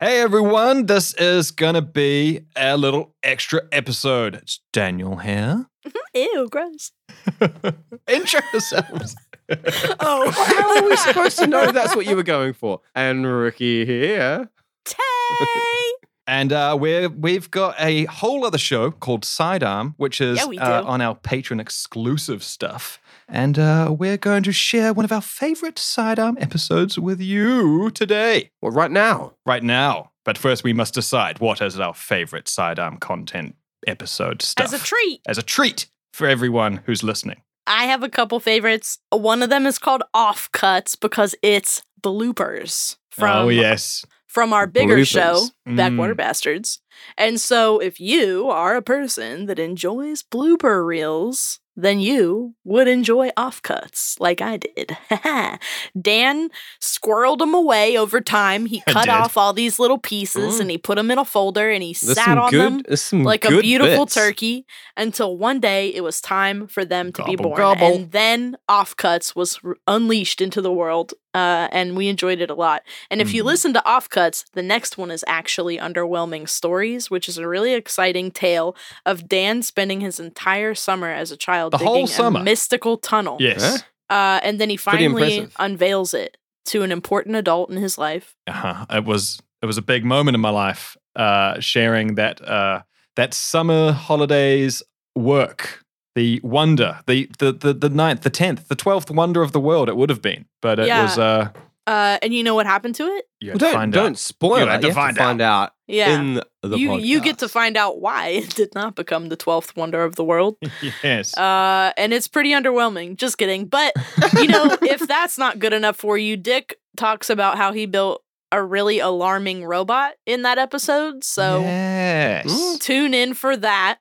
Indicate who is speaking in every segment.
Speaker 1: Hey everyone, this is gonna be a little extra episode. It's Daniel here.
Speaker 2: Ew, gross.
Speaker 1: Intro yourselves.
Speaker 2: Oh,
Speaker 3: How are we supposed to know that's what you were going for? And Ricky here.
Speaker 2: Tay!
Speaker 1: And uh, we're, we've got a whole other show called Sidearm, which is
Speaker 2: Yeah, we
Speaker 1: uh,
Speaker 2: do.
Speaker 1: on our patron exclusive stuff. And uh, we're going to share one of our favorite Sidearm episodes with you today,
Speaker 3: Well, right now.
Speaker 1: right now. But first, we must decide what is our favorite Sidearm content episode stuff
Speaker 2: As a treat,
Speaker 1: as a treat for everyone who's listening.
Speaker 2: I have a couple favorites. One of them is called Off Cuts because it's bloopers from
Speaker 1: oh, yes.
Speaker 2: from our bigger
Speaker 3: Bloopers.
Speaker 2: show, Backwater
Speaker 1: Mm.
Speaker 2: Bastards. And so, if you are a person that enjoys blooper reels, then you would enjoy off cuts like I did. Dan squirreled them away over time. He
Speaker 1: I
Speaker 2: cut
Speaker 1: did.
Speaker 2: off all these little pieces
Speaker 3: Mm.
Speaker 2: and he put them in a folder and he
Speaker 3: There's
Speaker 2: sat
Speaker 3: some
Speaker 2: on
Speaker 3: good,
Speaker 2: them
Speaker 3: there's some
Speaker 2: like a
Speaker 3: good
Speaker 2: beautiful
Speaker 3: bits.
Speaker 2: turkey until one day it was time for them to be
Speaker 1: Gobble,
Speaker 2: born
Speaker 1: gobble.
Speaker 2: and then offcuts was r- unleashed into the world uh, and we enjoyed it a lot and if you
Speaker 3: Mm-hmm.
Speaker 1: Mhm.
Speaker 2: listen to offcuts the next one is actually underwhelming stories which is a really exciting tale of dan spending his entire summer as a child
Speaker 1: The
Speaker 2: digging
Speaker 1: whole summer.
Speaker 2: a mystical tunnel
Speaker 1: Yes.
Speaker 3: Huh?
Speaker 2: uh, and then he finally
Speaker 3: impressive.
Speaker 2: unveils it to an important adult in his life
Speaker 1: uh-huh. it was it was a big moment in my life uh sharing that uh that summer holidays work the wonder the the the, the ninth the 10th the 12th wonder of the world it would have been but it
Speaker 2: Yeah.
Speaker 1: was uh
Speaker 2: uh, and you know what happened to it
Speaker 1: you
Speaker 3: Well,
Speaker 1: had
Speaker 3: don't
Speaker 1: to find
Speaker 3: don't
Speaker 1: out
Speaker 3: spoil
Speaker 1: You
Speaker 3: it.
Speaker 1: had to
Speaker 3: you
Speaker 1: find
Speaker 3: have to find out,
Speaker 2: yeah
Speaker 3: in the
Speaker 2: you you get to
Speaker 3: podcast.
Speaker 2: find out why it did not become the twelfth wonder of the world.
Speaker 1: yes
Speaker 2: Uh, and it's pretty underwhelming. Just kidding. But you know, if that's not good enough for you, Dick talks about how he built a really alarming robot in that episode. So
Speaker 1: yes
Speaker 3: Mm.
Speaker 2: tune in for that.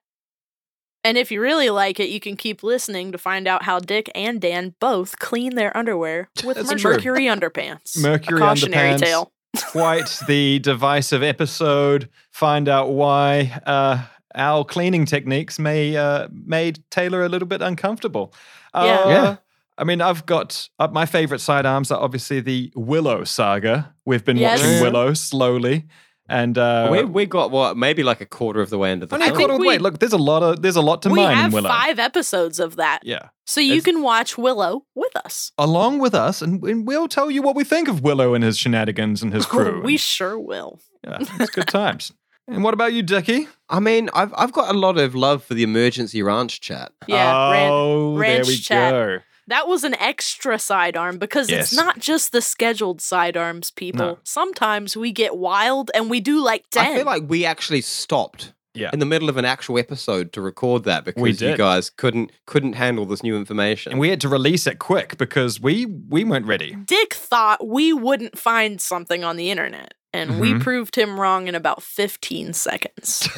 Speaker 2: And if you really like it, you can keep listening to find out how Dick and Dan both clean their underwear with
Speaker 1: That's true.
Speaker 2: mercury underpants.
Speaker 1: Mercury
Speaker 2: a cautionary
Speaker 1: underpants.
Speaker 2: tale.
Speaker 1: quite the divisive episode find out why uh our cleaning techniques may uh made Taylor a little bit uncomfortable
Speaker 2: Yeah.
Speaker 1: Uh,
Speaker 3: Yeah.
Speaker 1: I mean, I've got uh, my favorite sidearms are obviously the Willow saga. We've been
Speaker 2: Yes.
Speaker 1: watching
Speaker 3: Yeah.
Speaker 1: Willow slowly, and uh,
Speaker 3: we, we got what maybe like a quarter of the way into the
Speaker 1: only a
Speaker 3: film.
Speaker 1: quarter of the
Speaker 2: we-
Speaker 1: way. Look, there's a lot of there's a lot to
Speaker 2: we
Speaker 1: mine in
Speaker 2: have
Speaker 1: Willow.
Speaker 2: five episodes of that.
Speaker 1: Yeah,
Speaker 2: So you
Speaker 1: It's-
Speaker 2: can watch Willow with us.
Speaker 1: along with us, and, and we'll tell you what we think of Willow and his shenanigans and his crew.
Speaker 2: we sure will.
Speaker 1: yeah, it's good times. And what about you, Dickie?
Speaker 3: I mean, I've I've got a lot of love for the emergency ranch chat.
Speaker 2: Yeah, Rand-
Speaker 1: oh, there
Speaker 2: ranch
Speaker 1: we
Speaker 2: chat.
Speaker 1: go.
Speaker 2: that was an extra sidearm because
Speaker 1: Yes.
Speaker 2: it's not just the scheduled sidearms, people.
Speaker 1: No.
Speaker 2: Sometimes we get wild and we do like
Speaker 3: I
Speaker 2: 10.
Speaker 3: feel like we actually stopped
Speaker 1: Yeah.
Speaker 3: in the middle of an actual episode to record that because you
Speaker 1: did.
Speaker 3: guys couldn't couldn't handle this new information.
Speaker 1: And we had to release it quick because we we weren't ready.
Speaker 2: Dick thought we wouldn't find something on the internet, and we
Speaker 1: Mhm.
Speaker 2: proved him wrong in about 15 seconds.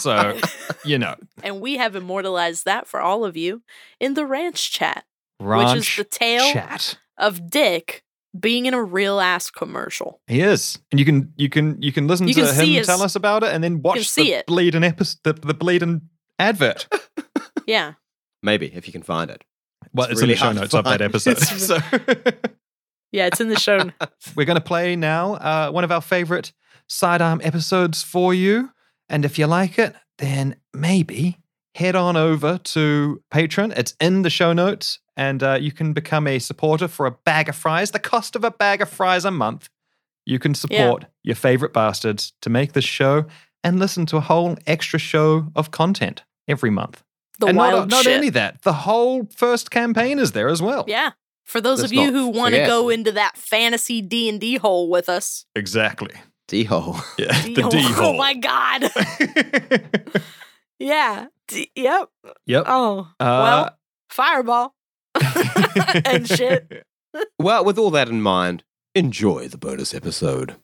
Speaker 1: So you know,
Speaker 2: and we have immortalized that for all of you in the ranch chat,
Speaker 1: ranch
Speaker 2: which is the tale
Speaker 1: chat.
Speaker 2: of Dick being in a real ass commercial.
Speaker 1: He is, and you can you can you can listen
Speaker 2: You
Speaker 1: to
Speaker 2: can
Speaker 1: him
Speaker 2: see his-
Speaker 1: tell us about it, and then watch
Speaker 2: see
Speaker 1: the
Speaker 2: it.
Speaker 1: bleeding episode, the, the bleeding advert.
Speaker 2: Yeah.
Speaker 3: maybe if you can find it.
Speaker 1: Well, it's, in
Speaker 3: really
Speaker 1: the show
Speaker 3: hard to
Speaker 1: notes of that
Speaker 3: find.
Speaker 1: episode.
Speaker 3: It's-
Speaker 1: so
Speaker 2: Yeah, it's in the show.
Speaker 1: we're going to play now uh, one of our favorite sidearm episodes for you, and if you like it, then maybe head on over to Patreon. It's in the show notes, and uh, you can become a supporter for a bag of fries. The cost of a bag of fries a month. You can support your favorite bastards to make this show and listen to a whole extra show of content every month.
Speaker 2: The
Speaker 1: and
Speaker 2: wild
Speaker 1: not, not
Speaker 2: shit.
Speaker 1: only that, the whole first campaign is there as well.
Speaker 2: Yeah. For those
Speaker 3: Let's
Speaker 2: of you
Speaker 3: not
Speaker 2: who want to
Speaker 3: forget.
Speaker 2: go into that fantasy D and D hole with us,
Speaker 1: Exactly.
Speaker 3: D hole.
Speaker 1: Yeah. The
Speaker 2: D-hole.
Speaker 1: D hole.
Speaker 2: Oh my god! yeah. D- yep.
Speaker 1: yep.
Speaker 2: Oh.
Speaker 1: Uh,
Speaker 2: well, fireball. and shit.
Speaker 3: Well, with all that in mind, enjoy the bonus episode.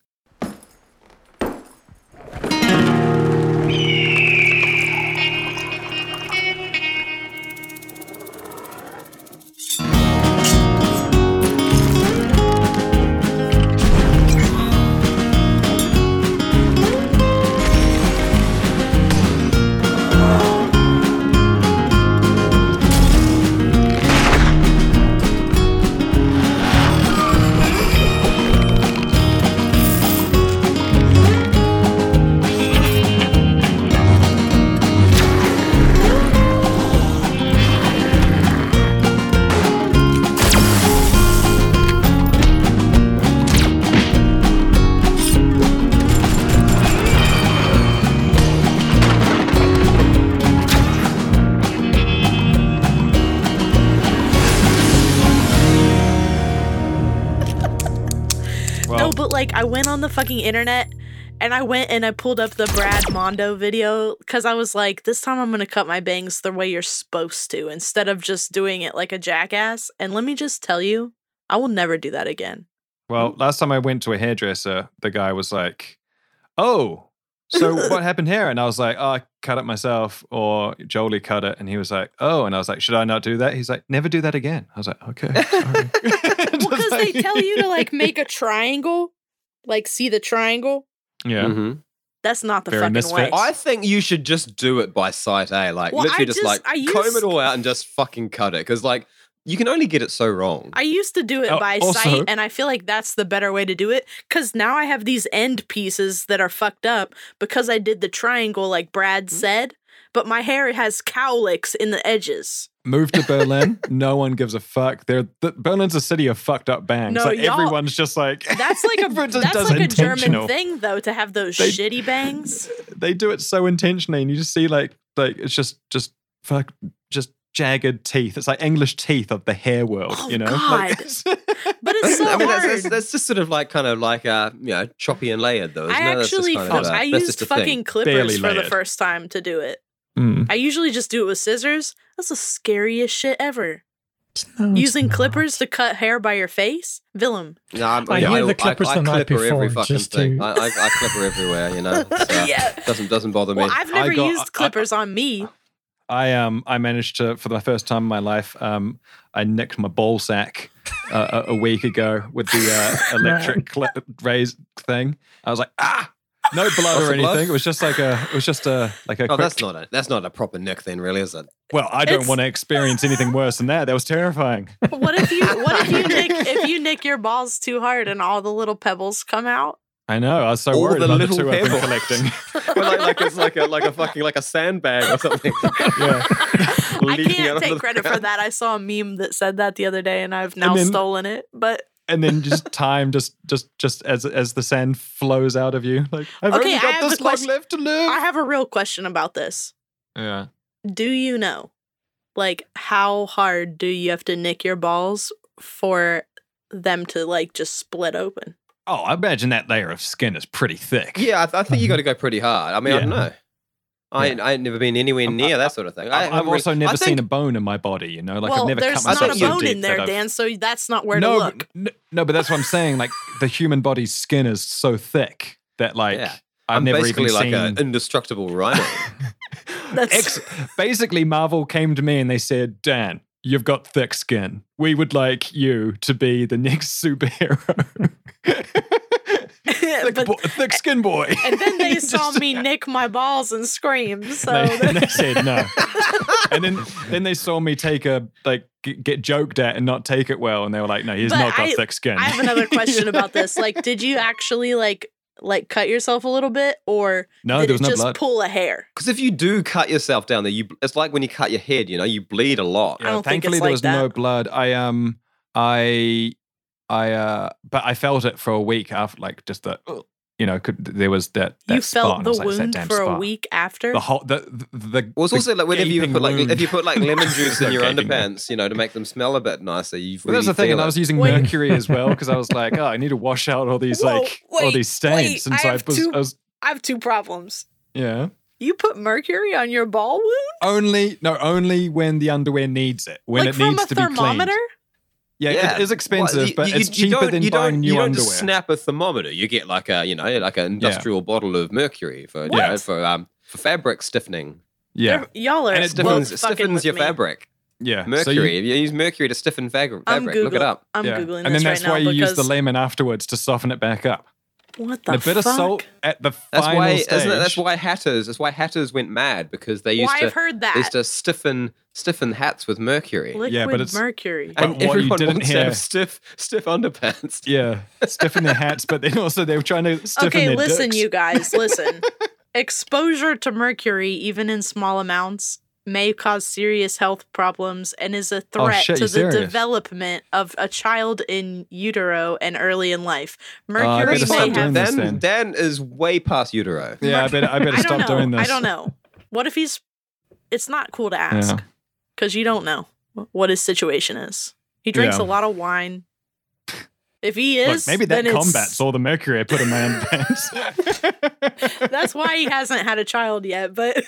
Speaker 2: but like I went on the fucking internet and I went and I pulled up the Brad Mondo video because I was like, this time I'm gonna cut my bangs the way you're supposed to instead of just doing it like a jackass. And let me just tell you, I will never do that again.
Speaker 1: Well, last time I went to a hairdresser, the guy was like, "Oh, so what happened here?" And I was like, "Oh, I cut it myself, or Jolie cut it." And he was like, "Oh," and I was like, "Should I not do that?" He's like, "Never do that again." I was like, "Okay." sorry." Just
Speaker 2: Well, because they
Speaker 1: like-
Speaker 2: tell you to like make a triangle, like see the triangle.
Speaker 1: yeah.
Speaker 3: Mhm.
Speaker 2: That's not the
Speaker 1: Very
Speaker 2: fucking way.
Speaker 1: misfit.
Speaker 3: Oh, I think you should just do it by sight A. Like
Speaker 2: Well,
Speaker 3: literally
Speaker 2: I
Speaker 3: just,
Speaker 2: just-
Speaker 3: like
Speaker 2: I used-
Speaker 3: comb it all out and just fucking cut it. Because like you can only get it so wrong.
Speaker 2: I used to do it
Speaker 1: Oh,
Speaker 2: by
Speaker 1: also-
Speaker 2: sight, and I feel like that's the better way to do it because now I have these end pieces that are fucked up because I did the triangle, like Brad
Speaker 3: Mm-hmm.
Speaker 2: said, but my hair has cowlicks in the edges.
Speaker 1: Move to Berlin. no one gives a fuck. They're, th- Berlin's a city of fucked up bangs.
Speaker 2: No,
Speaker 1: like
Speaker 2: y'all-
Speaker 1: everyone's just like
Speaker 2: That's like a
Speaker 1: everyone just
Speaker 2: that's
Speaker 1: does
Speaker 2: like a
Speaker 1: intentional.
Speaker 2: German thing though to have those
Speaker 1: They-
Speaker 2: shitty bangs.
Speaker 1: They do it so intentionally, and you just see like like it's just just fuck just jagged teeth. It's like English teeth of the hair world.
Speaker 2: Oh,
Speaker 1: you know,
Speaker 2: God. But it's so
Speaker 3: I mean, that's,
Speaker 2: hard.
Speaker 3: that's, that's just sort of like kind of like uh, you know, choppy and layered though.
Speaker 2: I
Speaker 3: isn't it? That's just
Speaker 2: actually
Speaker 3: kind
Speaker 2: fu-
Speaker 3: of, uh,
Speaker 2: I
Speaker 3: that's
Speaker 2: used
Speaker 3: just a
Speaker 2: fucking
Speaker 3: thing.
Speaker 2: clippers
Speaker 1: Barely
Speaker 2: for the
Speaker 1: layered.
Speaker 2: first time to do it.
Speaker 3: Hmm.
Speaker 1: Mm.
Speaker 2: I usually just do it with scissors. That's the scariest shit ever.
Speaker 3: Mm.
Speaker 2: Using clippers to cut hair by your face? Villum.
Speaker 3: No, I'm,
Speaker 4: I
Speaker 3: yeah,
Speaker 4: hear the clippers
Speaker 3: I, I
Speaker 4: the night
Speaker 3: clipper every
Speaker 4: before,
Speaker 3: fucking
Speaker 4: just
Speaker 3: thing.
Speaker 4: to-
Speaker 3: I, I, I clipper everywhere, you know. So
Speaker 2: Yeah.
Speaker 3: doesn't doesn't bother me.
Speaker 2: Well, I've never
Speaker 1: I got-
Speaker 2: used clippers on me.
Speaker 1: I um I managed to for the first time in my life um I nicked my ball sack uh, a, a week ago with the uh, electric cl- raise thing. I was like ah no blood
Speaker 3: Lots
Speaker 1: or
Speaker 3: of blood?
Speaker 1: anything. It was just like a it was just a like a
Speaker 3: oh,
Speaker 1: quick-
Speaker 3: that's not a that's not a proper nick then, really, is it?
Speaker 1: well I don't
Speaker 2: it's-
Speaker 1: want to experience anything worse than that. That was terrifying.
Speaker 2: What if you what if you nick if you nick your balls too hard and all the little pebbles come out?
Speaker 1: I know. I was so
Speaker 3: All
Speaker 1: worried
Speaker 3: the
Speaker 1: about the
Speaker 3: little
Speaker 1: two I've been
Speaker 3: pebbles.
Speaker 1: collecting.
Speaker 3: Well, like, like it's like a like a fucking like a sandbag or something.
Speaker 1: yeah.
Speaker 2: I
Speaker 3: Leaking out
Speaker 2: can't
Speaker 3: of
Speaker 2: take
Speaker 3: the
Speaker 2: credit for
Speaker 3: ground.
Speaker 2: that. I saw a meme that said that the other day and I've now
Speaker 1: then-
Speaker 2: stolen it. But
Speaker 1: And then just time just just just as as the sand flows out of you. Like I've
Speaker 2: Okay,
Speaker 1: only
Speaker 2: I
Speaker 1: got
Speaker 2: have a
Speaker 1: this long
Speaker 2: question.
Speaker 1: left to live.
Speaker 2: I have a real question about this.
Speaker 1: yeah.
Speaker 2: Do you know like how hard do you have to nick your balls for them to like just split open?
Speaker 1: Oh, I imagine that layer of skin is pretty thick.
Speaker 3: Yeah, I, th- I think you got to go pretty hard. I mean, I don't
Speaker 1: Uh-huh. Yeah.
Speaker 3: know. I ain't, I ain't never been anywhere
Speaker 1: I'm-
Speaker 3: near that sort of thing. I,
Speaker 1: I've, I've
Speaker 3: haven't really-
Speaker 1: also never
Speaker 3: I think-
Speaker 1: seen a bone in my body, you know. Like
Speaker 2: well,
Speaker 1: I've never
Speaker 2: there's
Speaker 1: cut myself
Speaker 2: not
Speaker 3: myself
Speaker 2: a
Speaker 3: so
Speaker 2: bone
Speaker 1: deep
Speaker 2: in there,
Speaker 1: that I've-
Speaker 2: Dan, so that's not where
Speaker 1: no,
Speaker 2: to look.
Speaker 1: but- n- no, but that's what I'm saying. Like the human body's skin is so thick that like
Speaker 3: Yeah.
Speaker 1: I've
Speaker 3: I'm
Speaker 1: never
Speaker 3: basically
Speaker 1: even
Speaker 3: like
Speaker 1: seen.
Speaker 3: an indestructible rhino.
Speaker 2: That's-
Speaker 1: Ex- basically, Marvel came to me and they said, "Dan, you've got thick skin. We would like you to be the next superhero." thick,
Speaker 2: But-
Speaker 1: bo- thick skin boy.
Speaker 2: And then they
Speaker 1: Just-
Speaker 2: saw me nick my balls and scream. So
Speaker 1: they,
Speaker 2: that-
Speaker 1: they said no. and then then they saw me take a like g- get joked at and not take it well, and they were like, "No, he's
Speaker 2: But
Speaker 1: not got
Speaker 2: I-
Speaker 1: thick skin."
Speaker 2: I have another question about this. Like, did you actually like like cut yourself a little bit, or
Speaker 1: no,
Speaker 2: did
Speaker 1: there was
Speaker 2: it
Speaker 1: no
Speaker 2: just
Speaker 1: blood.
Speaker 2: pull a hair?
Speaker 3: Because if you do cut yourself down there, you it's like when you cut your head. You know, you bleed a lot.
Speaker 2: I don't think
Speaker 1: thankfully
Speaker 2: it's
Speaker 1: there
Speaker 2: like
Speaker 1: was no
Speaker 2: that.
Speaker 1: blood. I um I I uh but I felt it for a week after, like just the you know could there was that, that
Speaker 2: you
Speaker 1: spot,
Speaker 2: felt
Speaker 1: and
Speaker 2: the
Speaker 1: I was like, "It's that
Speaker 2: wound
Speaker 1: damn
Speaker 2: for a
Speaker 1: spot."
Speaker 2: week after.
Speaker 1: The whole the the, the
Speaker 3: Well, it's
Speaker 1: the
Speaker 3: also like whenever you
Speaker 1: gaping
Speaker 3: put like
Speaker 1: wound.
Speaker 3: if you put like lemon juice in your
Speaker 1: Gaping wound.
Speaker 3: underpants, you know, to make them smell a bit nicer. You
Speaker 1: Well, that's the thing,
Speaker 3: really feel
Speaker 1: and I
Speaker 3: it.
Speaker 1: was using
Speaker 4: Wait.
Speaker 1: mercury as well because I was like, oh, I need to wash out all these
Speaker 2: Whoa,
Speaker 1: like all
Speaker 2: wait,
Speaker 1: these stains,
Speaker 2: wait,
Speaker 1: and so
Speaker 2: I
Speaker 1: I
Speaker 2: have
Speaker 1: was,
Speaker 2: two-
Speaker 1: I was
Speaker 2: I have two problems.
Speaker 1: yeah.
Speaker 2: You put mercury on your ball wound,
Speaker 1: Only no, only when the underwear needs it. When
Speaker 2: like
Speaker 1: it
Speaker 2: from
Speaker 1: needs
Speaker 2: a
Speaker 1: to be
Speaker 2: thermometer.
Speaker 1: cleaned. Yeah,
Speaker 3: Yeah.
Speaker 1: it is expensive,
Speaker 3: Well, you-
Speaker 1: but
Speaker 3: you-
Speaker 1: it's
Speaker 3: you
Speaker 1: cheaper
Speaker 3: don't-
Speaker 1: than
Speaker 3: you
Speaker 1: buying
Speaker 3: don't,
Speaker 1: new
Speaker 3: you don't
Speaker 1: underwear.
Speaker 3: Just snap a thermometer. You get like a you know like an industrial bottle of mercury for you
Speaker 1: Yeah.
Speaker 3: know, for um for fabric stiffening.
Speaker 1: yeah,
Speaker 2: Ev- Y'all are
Speaker 3: And it
Speaker 2: both
Speaker 3: stiffens, it
Speaker 2: fucking
Speaker 3: stiffens
Speaker 2: with
Speaker 3: your
Speaker 2: me.
Speaker 3: fabric.
Speaker 1: yeah. So
Speaker 3: Mercury.
Speaker 1: you-
Speaker 3: you, use mercury to stiffen fag-
Speaker 2: I'm
Speaker 3: fabric. Look it
Speaker 2: Googling-
Speaker 3: up.
Speaker 2: I'm
Speaker 1: yeah.
Speaker 2: googling
Speaker 1: and
Speaker 2: this
Speaker 1: then that's
Speaker 2: right now
Speaker 1: why you use
Speaker 2: because
Speaker 1: the lemon afterwards to soften it back up.
Speaker 2: what the
Speaker 1: And a bit
Speaker 2: fuck?
Speaker 1: of salt at the
Speaker 3: That's
Speaker 1: final
Speaker 3: why.
Speaker 1: stage.
Speaker 3: Isn't it, that's why hatters. That's why hatters went mad because they
Speaker 2: Why
Speaker 3: used
Speaker 2: I've
Speaker 3: to
Speaker 2: heard
Speaker 3: they
Speaker 2: that
Speaker 3: used to stiffen stiffen hats with mercury.
Speaker 2: liquid
Speaker 1: Yeah, but it's-
Speaker 2: mercury.
Speaker 1: But what
Speaker 3: And
Speaker 1: you
Speaker 3: everyone
Speaker 1: didn't
Speaker 3: wants to
Speaker 1: hear-
Speaker 3: have stiff stiff underpants.
Speaker 1: yeah, stiffen their hats, but then also they were trying to stiffen
Speaker 2: Okay,
Speaker 1: their
Speaker 2: listen,
Speaker 1: dicks.
Speaker 2: you guys, listen. Exposure to mercury, even in small amounts, may cause serious health problems and is a threat
Speaker 1: Oh, shit,
Speaker 2: to the
Speaker 1: you serious?
Speaker 2: development of a child in utero and early in life.
Speaker 1: Uh, I
Speaker 2: Mercury
Speaker 1: better
Speaker 2: may
Speaker 1: stop
Speaker 2: have.
Speaker 1: doing this
Speaker 3: Dan,
Speaker 1: then.
Speaker 3: Dan is way past utero.
Speaker 1: Yeah, I better, I better
Speaker 2: I don't
Speaker 1: stop
Speaker 2: know.
Speaker 1: doing this.
Speaker 2: I don't know. What if he's? It's not cool to ask
Speaker 1: Yeah.
Speaker 2: because you don't know wh- what his situation is. He drinks
Speaker 1: Yeah.
Speaker 2: a lot of wine. If he
Speaker 1: Look,
Speaker 2: is,
Speaker 1: maybe that
Speaker 2: then it's-
Speaker 1: combat's all the mercury I put in my underpants.
Speaker 2: That's why he hasn't had a child yet, but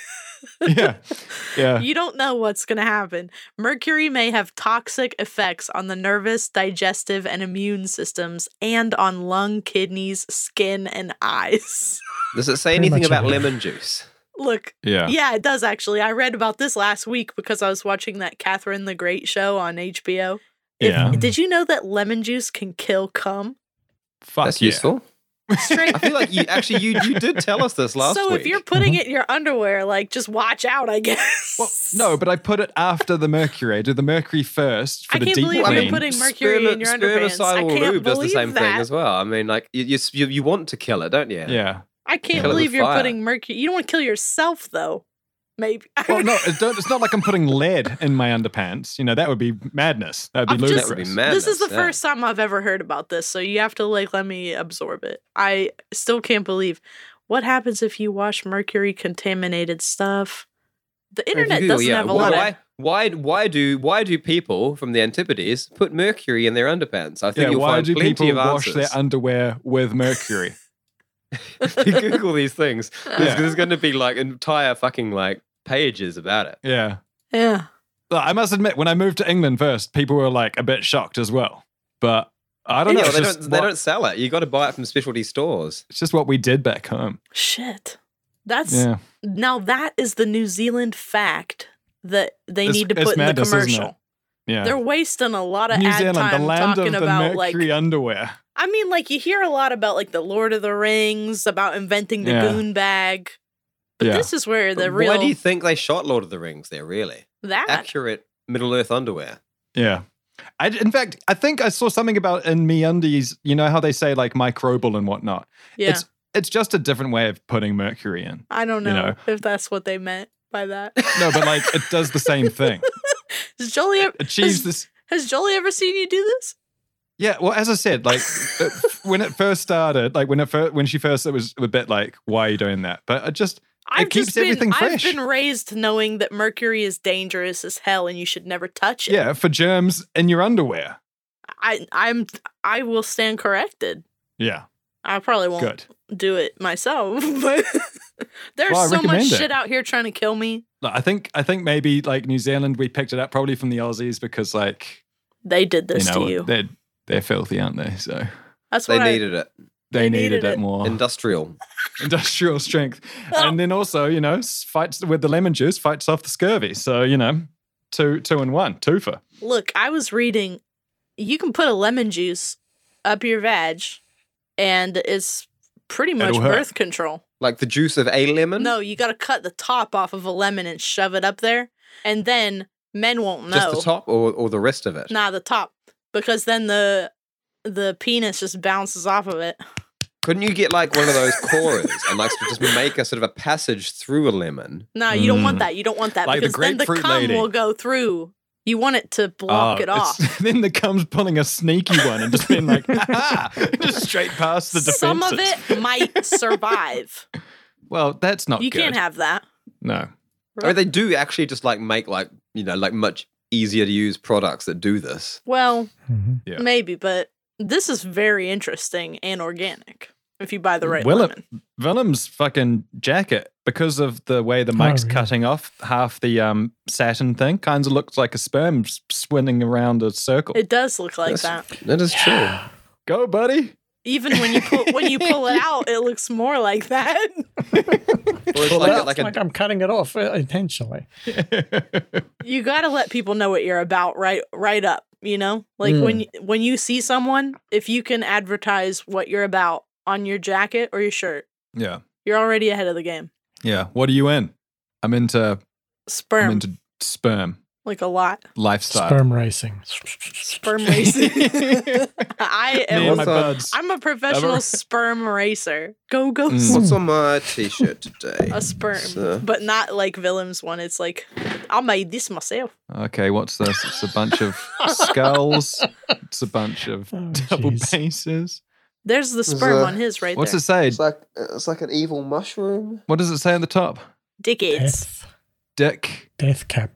Speaker 1: yeah. Yeah.
Speaker 2: you don't know what's going to happen. Mercury may have toxic effects on the nervous, digestive, and immune systems, and on lung, kidneys, skin, and eyes.
Speaker 3: Does it say
Speaker 4: Pretty
Speaker 3: anything
Speaker 4: much
Speaker 3: about
Speaker 4: everything.
Speaker 3: lemon juice?
Speaker 2: Look,
Speaker 1: Yeah.
Speaker 2: yeah, it does actually. I read about this last week because I was watching that Catherine the Great show on HBO.
Speaker 3: Mm-hmm.
Speaker 2: If-
Speaker 1: Yeah.
Speaker 2: Did you know that lemon juice can kill cum?
Speaker 1: Fuck
Speaker 3: That's
Speaker 1: yeah.
Speaker 3: useful.
Speaker 2: Straight.
Speaker 3: I feel like you actually you you did tell us this last
Speaker 2: so
Speaker 3: week. Mm-hmm.
Speaker 2: if you're putting it in your underwear, like just watch out, I guess.
Speaker 5: Well, no, but I put it after the mercury. I do the mercury first for
Speaker 2: I
Speaker 5: the
Speaker 2: can't
Speaker 5: deep
Speaker 2: believe
Speaker 5: clean.
Speaker 2: you're putting mercury in your underpants. I
Speaker 3: spermicidal
Speaker 2: can't
Speaker 3: lube does the
Speaker 2: believe
Speaker 3: same
Speaker 2: that.
Speaker 3: thing as well. I mean, like you, you s- you you want to kill it, don't you?
Speaker 1: Yeah.
Speaker 2: I can't
Speaker 3: Kill it with
Speaker 2: believe you're
Speaker 3: fire.
Speaker 2: putting mercury. You don't want to kill yourself, though. Maybe.
Speaker 1: Well, no, it don't, it's not like I'm putting lead in my underpants. You know, that would be madness. That would be
Speaker 2: I'm just-
Speaker 1: ludicrous.
Speaker 3: That would be
Speaker 2: this is
Speaker 3: madness,
Speaker 2: the
Speaker 3: yeah.
Speaker 2: first time I've ever heard about this, so you have to like let me absorb it. I still can't believe what happens if you wash mercury contaminated stuff. The
Speaker 3: If you
Speaker 2: internet
Speaker 3: Google,
Speaker 2: doesn't
Speaker 3: yeah,
Speaker 2: have a
Speaker 3: why,
Speaker 2: lot of.
Speaker 3: why why do why do people from the Antipodes put mercury in their underpants? I think
Speaker 1: Yeah,
Speaker 3: you'll
Speaker 1: why
Speaker 3: find
Speaker 1: do
Speaker 3: plenty
Speaker 1: people
Speaker 3: of
Speaker 1: wash
Speaker 3: answers.
Speaker 1: their underwear with mercury?
Speaker 3: you Google these things. There's,
Speaker 1: Yeah.
Speaker 3: there's going to be like entire fucking like pages about it.
Speaker 1: yeah.
Speaker 2: Yeah.
Speaker 1: Well, I must admit, when I moved to England first, people were like a bit shocked as well. But I don't know.
Speaker 3: Yeah,
Speaker 1: It's
Speaker 3: they,
Speaker 1: just,
Speaker 3: don't, they
Speaker 1: what,
Speaker 3: don't sell it. You got to buy it from specialty stores.
Speaker 1: it's just what we did back home.
Speaker 2: Shit. That's
Speaker 1: Yeah.
Speaker 2: now that is the New Zealand fact that they
Speaker 1: It's-
Speaker 2: need to
Speaker 1: it's
Speaker 2: put
Speaker 1: madness,
Speaker 2: in the
Speaker 1: isn't it?
Speaker 2: commercial.
Speaker 1: Yeah.
Speaker 2: They're wasting a lot of
Speaker 1: New
Speaker 2: ad
Speaker 1: Zealand,
Speaker 2: time
Speaker 1: the land
Speaker 2: talking
Speaker 1: of the
Speaker 2: about like
Speaker 1: mercury underwear.
Speaker 2: I mean, like you hear a lot about like the Lord of the Rings, about inventing the
Speaker 1: Yeah.
Speaker 2: goon bag, but
Speaker 1: Yeah.
Speaker 2: this is where the
Speaker 3: But
Speaker 2: real Ah.
Speaker 3: Why do you think they shot Lord of the Rings there? Really
Speaker 2: that
Speaker 3: accurate Middle Earth underwear.
Speaker 1: Yeah. I, in fact, I think I saw something about in MeUndies, you know how they say like microbial and whatnot.
Speaker 2: yeah.
Speaker 1: It's it's just a different way of putting mercury in.
Speaker 2: I don't know,
Speaker 1: you know.
Speaker 2: if that's what they meant by that.
Speaker 1: No, but like it does the same thing.
Speaker 2: Has Jolie ever,
Speaker 1: Achieves this.
Speaker 2: has Jolie ever seen you do this?
Speaker 1: Yeah, well, as I said, like it, when it first started, like when it first, when she first, it was a bit like, why are you doing that? But I just
Speaker 2: I've
Speaker 1: keeps
Speaker 2: just been,
Speaker 1: everything
Speaker 2: I've
Speaker 1: fresh.
Speaker 2: been raised knowing that mercury is dangerous as hell and you should never touch it.
Speaker 1: yeah, for germs in your underwear.
Speaker 2: I I'm I will stand corrected.
Speaker 1: Yeah,
Speaker 2: I probably won't
Speaker 1: good.
Speaker 2: do it myself, but there's
Speaker 1: Well, I
Speaker 2: so much
Speaker 1: recommend it.
Speaker 2: shit out here trying to kill me.
Speaker 1: Look, I think I think maybe like New Zealand, we picked it up probably from the Aussies because like
Speaker 2: They did this
Speaker 1: you know
Speaker 2: to you.
Speaker 1: they're they're filthy, aren't they? So
Speaker 2: That's
Speaker 3: They
Speaker 2: what I,
Speaker 3: needed it.
Speaker 1: they,
Speaker 2: They
Speaker 1: needed,
Speaker 2: needed
Speaker 1: it,
Speaker 2: it.
Speaker 1: more
Speaker 3: Industrial.
Speaker 1: industrial strength, and then also you know s- fights with the lemon juice fights off the scurvy. So you know, two two and one, two for
Speaker 2: Look, I was reading you can put a lemon juice up your vag and it's pretty much
Speaker 1: It'll hurt.
Speaker 2: birth control.
Speaker 3: Like the juice of a lemon?
Speaker 2: No, you got to cut the top off of a lemon and shove it up there and then men won't know.
Speaker 3: Just the top or, or the rest of it?
Speaker 2: Nah, the top because then the the penis just bounces off of it.
Speaker 3: Couldn't you get like one of those corers and like just make a sort of a passage through a lemon?
Speaker 2: No, you don't want
Speaker 1: Mm.
Speaker 2: that. You don't want that
Speaker 1: Like the
Speaker 2: because then the
Speaker 1: grapefruit
Speaker 2: cum
Speaker 1: lady.
Speaker 2: will go through. You want it to block
Speaker 1: Oh,
Speaker 2: it
Speaker 1: it's-
Speaker 2: off.
Speaker 1: Then the comes pulling a sneaky one and just being like, "Ha ha," just straight past the defenses. Oh,
Speaker 2: Some of it might survive.
Speaker 1: Well, that's not
Speaker 2: you
Speaker 1: good.
Speaker 2: can't have that.
Speaker 1: no.
Speaker 3: I mean, they do actually just like make like, you know, like much easier to use products that do this.
Speaker 2: Well,
Speaker 4: Mhm.
Speaker 1: Yeah.
Speaker 2: maybe, but this is very interesting and organic if you buy the right
Speaker 1: Will it-
Speaker 2: lemon.
Speaker 1: Willum's fucking jacket, because of the way the mic's
Speaker 4: really?
Speaker 1: cutting off half the um, satin thing, kind of looks like a sperm s- spinning around a circle.
Speaker 2: It, does look like that.
Speaker 3: That's- That is true.
Speaker 1: Go, buddy.
Speaker 2: Even when you pull when you pull it out, it looks more like that.
Speaker 3: Or it's
Speaker 4: Well,
Speaker 3: like, a-
Speaker 4: that's
Speaker 3: like
Speaker 4: like,
Speaker 3: a
Speaker 4: I'm cutting it off uh, intentionally.
Speaker 2: You got to let people know what you're about right right up, you know? Like when
Speaker 1: Mm.
Speaker 2: y- when you see someone, if you can advertise what you're about on your jacket or your shirt,
Speaker 1: Yeah.
Speaker 2: you're already ahead of the game.
Speaker 1: Yeah. What are you in? I'm into
Speaker 2: Sperm
Speaker 1: I'm into sperm
Speaker 2: like a lot.
Speaker 1: lifestyle.
Speaker 4: Sperm racing.
Speaker 2: Sperm racing. I
Speaker 1: Me
Speaker 2: am
Speaker 1: and my
Speaker 3: Also-
Speaker 1: buds.
Speaker 2: I'm a professional sperm racer. Go go
Speaker 1: Mm.
Speaker 2: sperm.
Speaker 3: What's on my t-shirt today? uh,
Speaker 2: a sperm,
Speaker 3: So-
Speaker 2: but not like Willem's one. It's like I made this myself.
Speaker 1: Okay, what's this? It's a bunch of skulls. It's a bunch of
Speaker 4: Oh,
Speaker 1: double
Speaker 4: jeez.
Speaker 1: bases.
Speaker 2: There's the
Speaker 3: Is
Speaker 2: sperm
Speaker 3: that-
Speaker 2: on his right
Speaker 1: What's
Speaker 2: there.
Speaker 1: it say?
Speaker 3: like it's like an evil mushroom.
Speaker 1: What does it say at the top?
Speaker 2: Dickheads.
Speaker 4: Death,
Speaker 1: Dick.
Speaker 4: death cap,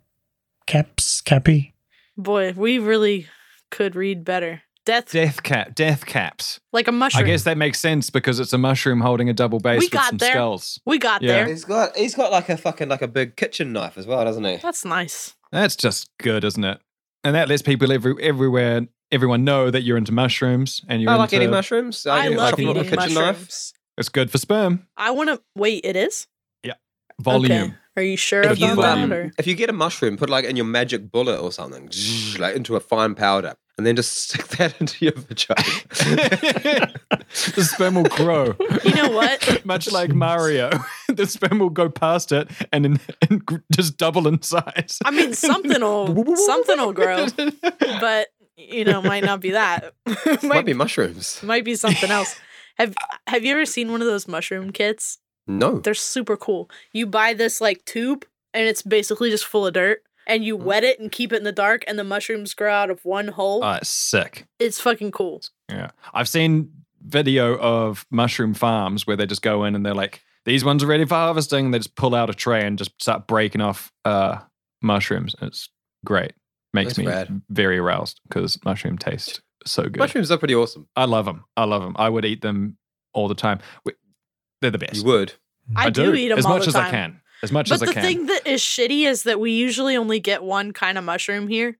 Speaker 4: caps, cappy.
Speaker 2: Boy, we really could read better. Death,
Speaker 1: Death cap, death caps.
Speaker 2: like a mushroom.
Speaker 1: I guess that makes sense because it's a mushroom holding a double base
Speaker 2: We
Speaker 1: with
Speaker 2: got
Speaker 1: some
Speaker 2: there.
Speaker 1: skulls.
Speaker 2: we got
Speaker 1: Yeah.
Speaker 2: there.
Speaker 3: He's got he's got like a fucking like a big kitchen knife as well, doesn't he?
Speaker 2: That's nice.
Speaker 1: That's just good, isn't it? And that lets people every, everywhere, everyone know that you're into mushrooms and you're
Speaker 3: I like
Speaker 1: into.
Speaker 3: eating mushrooms.
Speaker 2: I,
Speaker 3: like
Speaker 2: love
Speaker 3: a little
Speaker 2: eating mushrooms.
Speaker 1: It's good for sperm
Speaker 2: I want to wait. It is
Speaker 1: volume.
Speaker 2: Okay. Are you sure
Speaker 3: If you,
Speaker 2: about that?
Speaker 3: um,
Speaker 2: Or?
Speaker 3: if you get a mushroom, put like in your magic bullet or something, like into a fine powder, and then just stick that into your vagina.
Speaker 1: the sperm will grow.
Speaker 2: You know what?
Speaker 1: Much like Mario, the sperm will go past it and, then and gr- just double in size.
Speaker 2: I mean, something will something will grow, but you know, might not be that.
Speaker 3: Might
Speaker 2: might
Speaker 3: be mushrooms.
Speaker 2: might be something else. Have Have you ever seen one of those mushroom kits?
Speaker 3: No.
Speaker 2: They're super cool. You buy this like tube, and it's basically just full of dirt. And
Speaker 1: Mm.
Speaker 2: you wet it and keep it in the dark, and the mushrooms grow out of one hole.
Speaker 1: Oh, it's sick.
Speaker 2: it's fucking cool.
Speaker 1: Yeah. I've seen video of mushroom farms where they just go in and they're like, these ones are ready for harvesting. And they just pull out a tray and just start breaking off uh, mushrooms. It's great. Makes
Speaker 3: That's
Speaker 1: me
Speaker 3: rad.
Speaker 1: very aroused because mushroom tastes so good.
Speaker 3: Mushrooms are pretty awesome.
Speaker 1: I love them. I love them. I would eat them all the time. We- They're the best.
Speaker 3: You would.
Speaker 2: I, do, eat them
Speaker 1: as
Speaker 2: all
Speaker 1: much
Speaker 2: the
Speaker 1: as
Speaker 2: time.
Speaker 1: I can. As much
Speaker 2: But
Speaker 1: as I
Speaker 2: the
Speaker 1: can.
Speaker 2: thing that is shitty is that we usually only get one kind of mushroom here.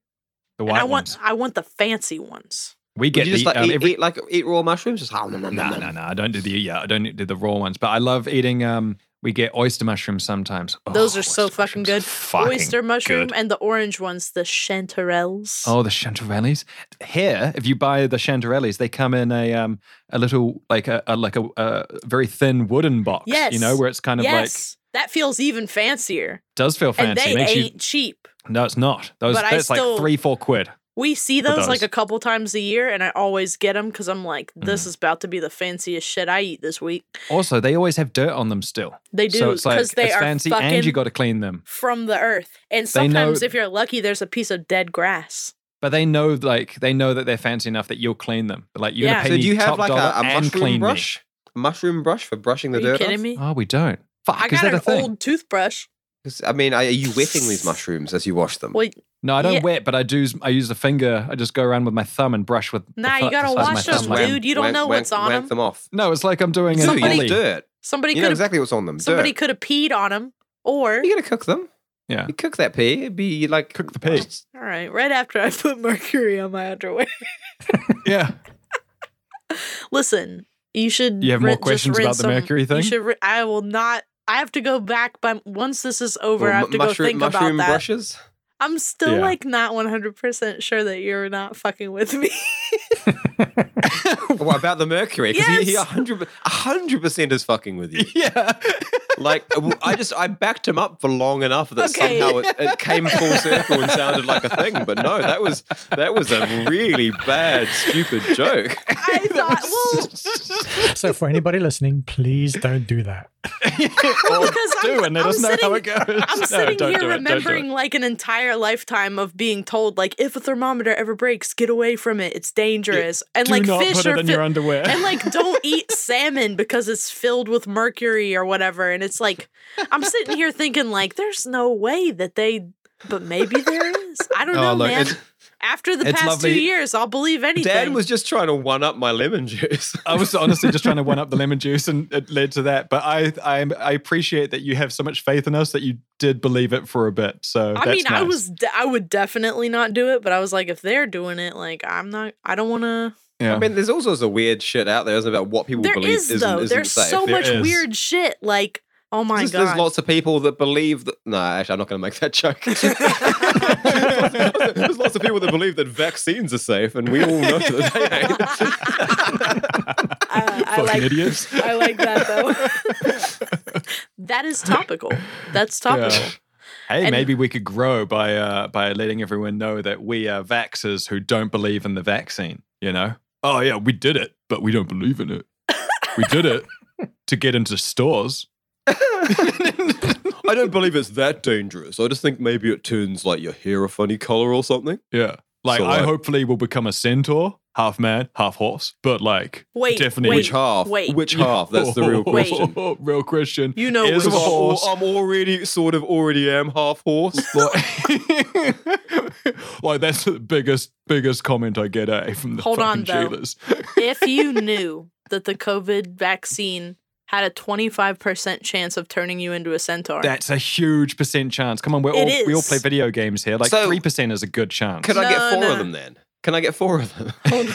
Speaker 1: the
Speaker 2: And
Speaker 1: white
Speaker 2: I want
Speaker 1: ones.
Speaker 2: I want the fancy ones.
Speaker 1: We get
Speaker 3: Would you just
Speaker 1: the,
Speaker 3: like,
Speaker 1: um,
Speaker 3: eat,
Speaker 1: every-
Speaker 3: eat, like eat raw mushrooms? Just ah, no, no,
Speaker 1: No, no, no. I don't do the yeah. I don't do the raw ones, but I love eating. Um, we get oyster mushrooms sometimes. Oh,
Speaker 2: Those are so
Speaker 1: oyster
Speaker 2: fucking
Speaker 1: mushrooms.
Speaker 2: good.
Speaker 1: Fucking
Speaker 2: Oyster mushroom
Speaker 1: good.
Speaker 2: and the orange ones, the chanterelles.
Speaker 1: Oh, the chanterelles. Here, if you buy the chanterelles, they come in a um a little like a, a like a, a very thin wooden box.
Speaker 2: Yes.
Speaker 1: you know where it's kind of like
Speaker 2: yes. that feels even fancier.
Speaker 1: does feel fancy.
Speaker 2: and they
Speaker 1: Makes
Speaker 2: ain't
Speaker 1: you,
Speaker 2: cheap.
Speaker 1: no, it's not. Those
Speaker 2: But I
Speaker 1: that's
Speaker 2: still-
Speaker 1: like three four quid.
Speaker 2: We see
Speaker 1: But
Speaker 2: those, like
Speaker 1: those-
Speaker 2: a couple times a year, and I always get them because I'm like, this
Speaker 1: Mm-hmm.
Speaker 2: is about to be the fanciest shit I eat this week.
Speaker 1: Also, they always have dirt on them still.
Speaker 2: They do
Speaker 1: so it's
Speaker 2: because
Speaker 1: like
Speaker 2: they
Speaker 1: it's
Speaker 2: are
Speaker 1: fancy,
Speaker 2: fucking
Speaker 1: and you got to clean them.
Speaker 2: from the earth. And
Speaker 1: They know-
Speaker 2: sometimes, if you're lucky, there's a piece of dead grass.
Speaker 1: But they know, like they know that they're fancy enough that you'll clean them. Like you're
Speaker 2: Yeah.
Speaker 1: gonna pay
Speaker 3: So do
Speaker 1: me
Speaker 3: you have
Speaker 1: top
Speaker 3: like
Speaker 1: dollar
Speaker 3: a, a
Speaker 1: and clean
Speaker 3: mushroom
Speaker 1: me.
Speaker 3: brush? A mushroom brush for brushing the
Speaker 2: Are
Speaker 3: dirt?
Speaker 2: you kidding me?
Speaker 3: off?
Speaker 1: Oh, we don't. Fuck,
Speaker 2: I
Speaker 1: is
Speaker 2: got
Speaker 1: that a
Speaker 2: an
Speaker 1: thing?
Speaker 2: old toothbrush.
Speaker 3: 'Cause, I mean, are are you wetting these mushrooms as you wash them?
Speaker 2: Well,
Speaker 1: No, I don't
Speaker 2: Yeah.
Speaker 1: wet, but I do. I use the finger. I just go around with my thumb and brush with. the
Speaker 2: Nah, you
Speaker 1: fu- the
Speaker 2: gotta
Speaker 1: side of my
Speaker 2: wash
Speaker 1: thumb
Speaker 2: those,
Speaker 1: like-
Speaker 2: dude. You don't know what's on
Speaker 3: wank
Speaker 2: them.
Speaker 3: them off.
Speaker 1: No, it's like I'm doing an
Speaker 3: Dude,
Speaker 2: Somebody-
Speaker 1: ollie.
Speaker 3: it's dirt.
Speaker 2: Somebody
Speaker 3: You
Speaker 2: could
Speaker 3: know
Speaker 2: have
Speaker 3: exactly what's on them.
Speaker 2: somebody
Speaker 3: dirt.
Speaker 2: could have peed on him, or
Speaker 3: You're gonna cook them.
Speaker 1: Yeah.
Speaker 3: You cook that pea. It'd be like
Speaker 1: Cook the pea.
Speaker 2: all right, right after I put mercury on my underwear.
Speaker 1: Yeah.
Speaker 2: Listen, you should.
Speaker 1: You have more
Speaker 2: rin- just
Speaker 1: questions about
Speaker 2: rinse
Speaker 1: the
Speaker 2: them.
Speaker 1: mercury thing?
Speaker 2: You should. ri- I will not. I have to go back. But once this is over, I
Speaker 3: Or mu-
Speaker 2: have to go
Speaker 3: mushroom,
Speaker 2: think
Speaker 3: mushroom
Speaker 2: about that.
Speaker 3: brushes.
Speaker 2: I'm still
Speaker 1: Yeah.
Speaker 2: like not 100 percent sure that you're not fucking with me.
Speaker 3: What about the mercury? Because he
Speaker 2: Yes.
Speaker 3: 100 percent is fucking with you.
Speaker 1: Yeah.
Speaker 3: Like uh, I just I backed him up for long enough that
Speaker 2: Okay.
Speaker 3: somehow it, it came full circle and sounded like a thing. But no, that was that was a really bad, stupid joke.
Speaker 2: I thought, well,
Speaker 4: So for anybody listening, please don't do that.
Speaker 2: because
Speaker 1: do
Speaker 2: I'm,
Speaker 1: and let
Speaker 2: I'm
Speaker 1: us know
Speaker 2: sitting
Speaker 1: how it goes.
Speaker 2: I'm
Speaker 1: No,
Speaker 2: sitting
Speaker 1: don't do it, don't
Speaker 2: here
Speaker 1: do it.
Speaker 2: remembering like an entire lifetime of being told like if a thermometer ever breaks, get away from it. It's dangerous. And
Speaker 1: Do
Speaker 2: like
Speaker 1: not
Speaker 2: fish
Speaker 1: put
Speaker 2: are
Speaker 1: it in
Speaker 2: fi-
Speaker 1: your underwear.
Speaker 2: and like don't eat salmon because it's filled with mercury or whatever. And it's like I'm sitting here thinking like there's no way that they but maybe there is. I don't know, man.
Speaker 3: it's-
Speaker 2: After the
Speaker 1: Oh, it's
Speaker 2: past two
Speaker 1: lovely.
Speaker 2: years, I'll believe anything.
Speaker 3: Dan was just trying to one up my lemon juice.
Speaker 1: I was honestly just trying to one up the lemon juice, and it led to that. But I, I, I appreciate that you have so much faith in us that you did believe it for a bit. So
Speaker 2: I
Speaker 1: that's
Speaker 2: mean, I
Speaker 1: nice.
Speaker 2: was de- I would definitely not do it, but I was like, if they're doing it, like I'm not. I don't want to.
Speaker 1: Yeah.
Speaker 3: I mean, there's all sorts of weird shit out there isn't it, about what people
Speaker 2: There
Speaker 3: believe
Speaker 2: is
Speaker 3: isn't,
Speaker 2: though.
Speaker 3: isn't
Speaker 2: There's
Speaker 3: safe.
Speaker 2: so
Speaker 1: There
Speaker 2: much
Speaker 1: is.
Speaker 2: weird shit. Like, oh my
Speaker 3: Just-
Speaker 2: god,
Speaker 3: There's lots of people that believe that. No, actually, I'm not going to make that joke. there's lots of people that believe that vaccines are safe, and we all know that they ain't.
Speaker 2: Uh, I, I
Speaker 1: fucking
Speaker 2: like.
Speaker 1: idiots.
Speaker 2: I like that though. that is topical. That's topical.
Speaker 1: Yeah. Hey,
Speaker 2: And-
Speaker 1: maybe we could grow by uh, by letting everyone know that we are vaxxers who don't believe in the vaccine. You know? Oh yeah, we did it, but we don't believe in it. we did it to get into stores.
Speaker 3: I don't believe it's that dangerous. I just think maybe it turns like your hair a funny color or something.
Speaker 1: Yeah. Like
Speaker 3: So
Speaker 1: I
Speaker 3: what?
Speaker 1: hopefully will become a centaur. half man, half horse, but like
Speaker 2: Wait,
Speaker 1: definitely
Speaker 2: wait,
Speaker 3: Which half?
Speaker 2: wait.
Speaker 3: Which half? That's the real
Speaker 2: Wait.
Speaker 3: question.
Speaker 1: real question.
Speaker 2: You know
Speaker 1: is
Speaker 2: which-
Speaker 1: a horse.
Speaker 3: I'm already sort of already am half horse.
Speaker 1: Like, like, that's the biggest biggest comment I get eh, from the
Speaker 2: Hold on,
Speaker 1: fucking
Speaker 2: though.
Speaker 1: jailers.
Speaker 2: if you knew that the COVID vaccine had a 25% chance of turning you into a centaur,
Speaker 1: That's a huge percent chance. Come on, we're
Speaker 2: It
Speaker 1: all we all
Speaker 2: is.
Speaker 1: play video games here. Like
Speaker 3: So-
Speaker 1: three percent is a good chance.
Speaker 3: Can I
Speaker 2: No,
Speaker 3: get four
Speaker 2: no.
Speaker 3: of them then? Can I get four of them?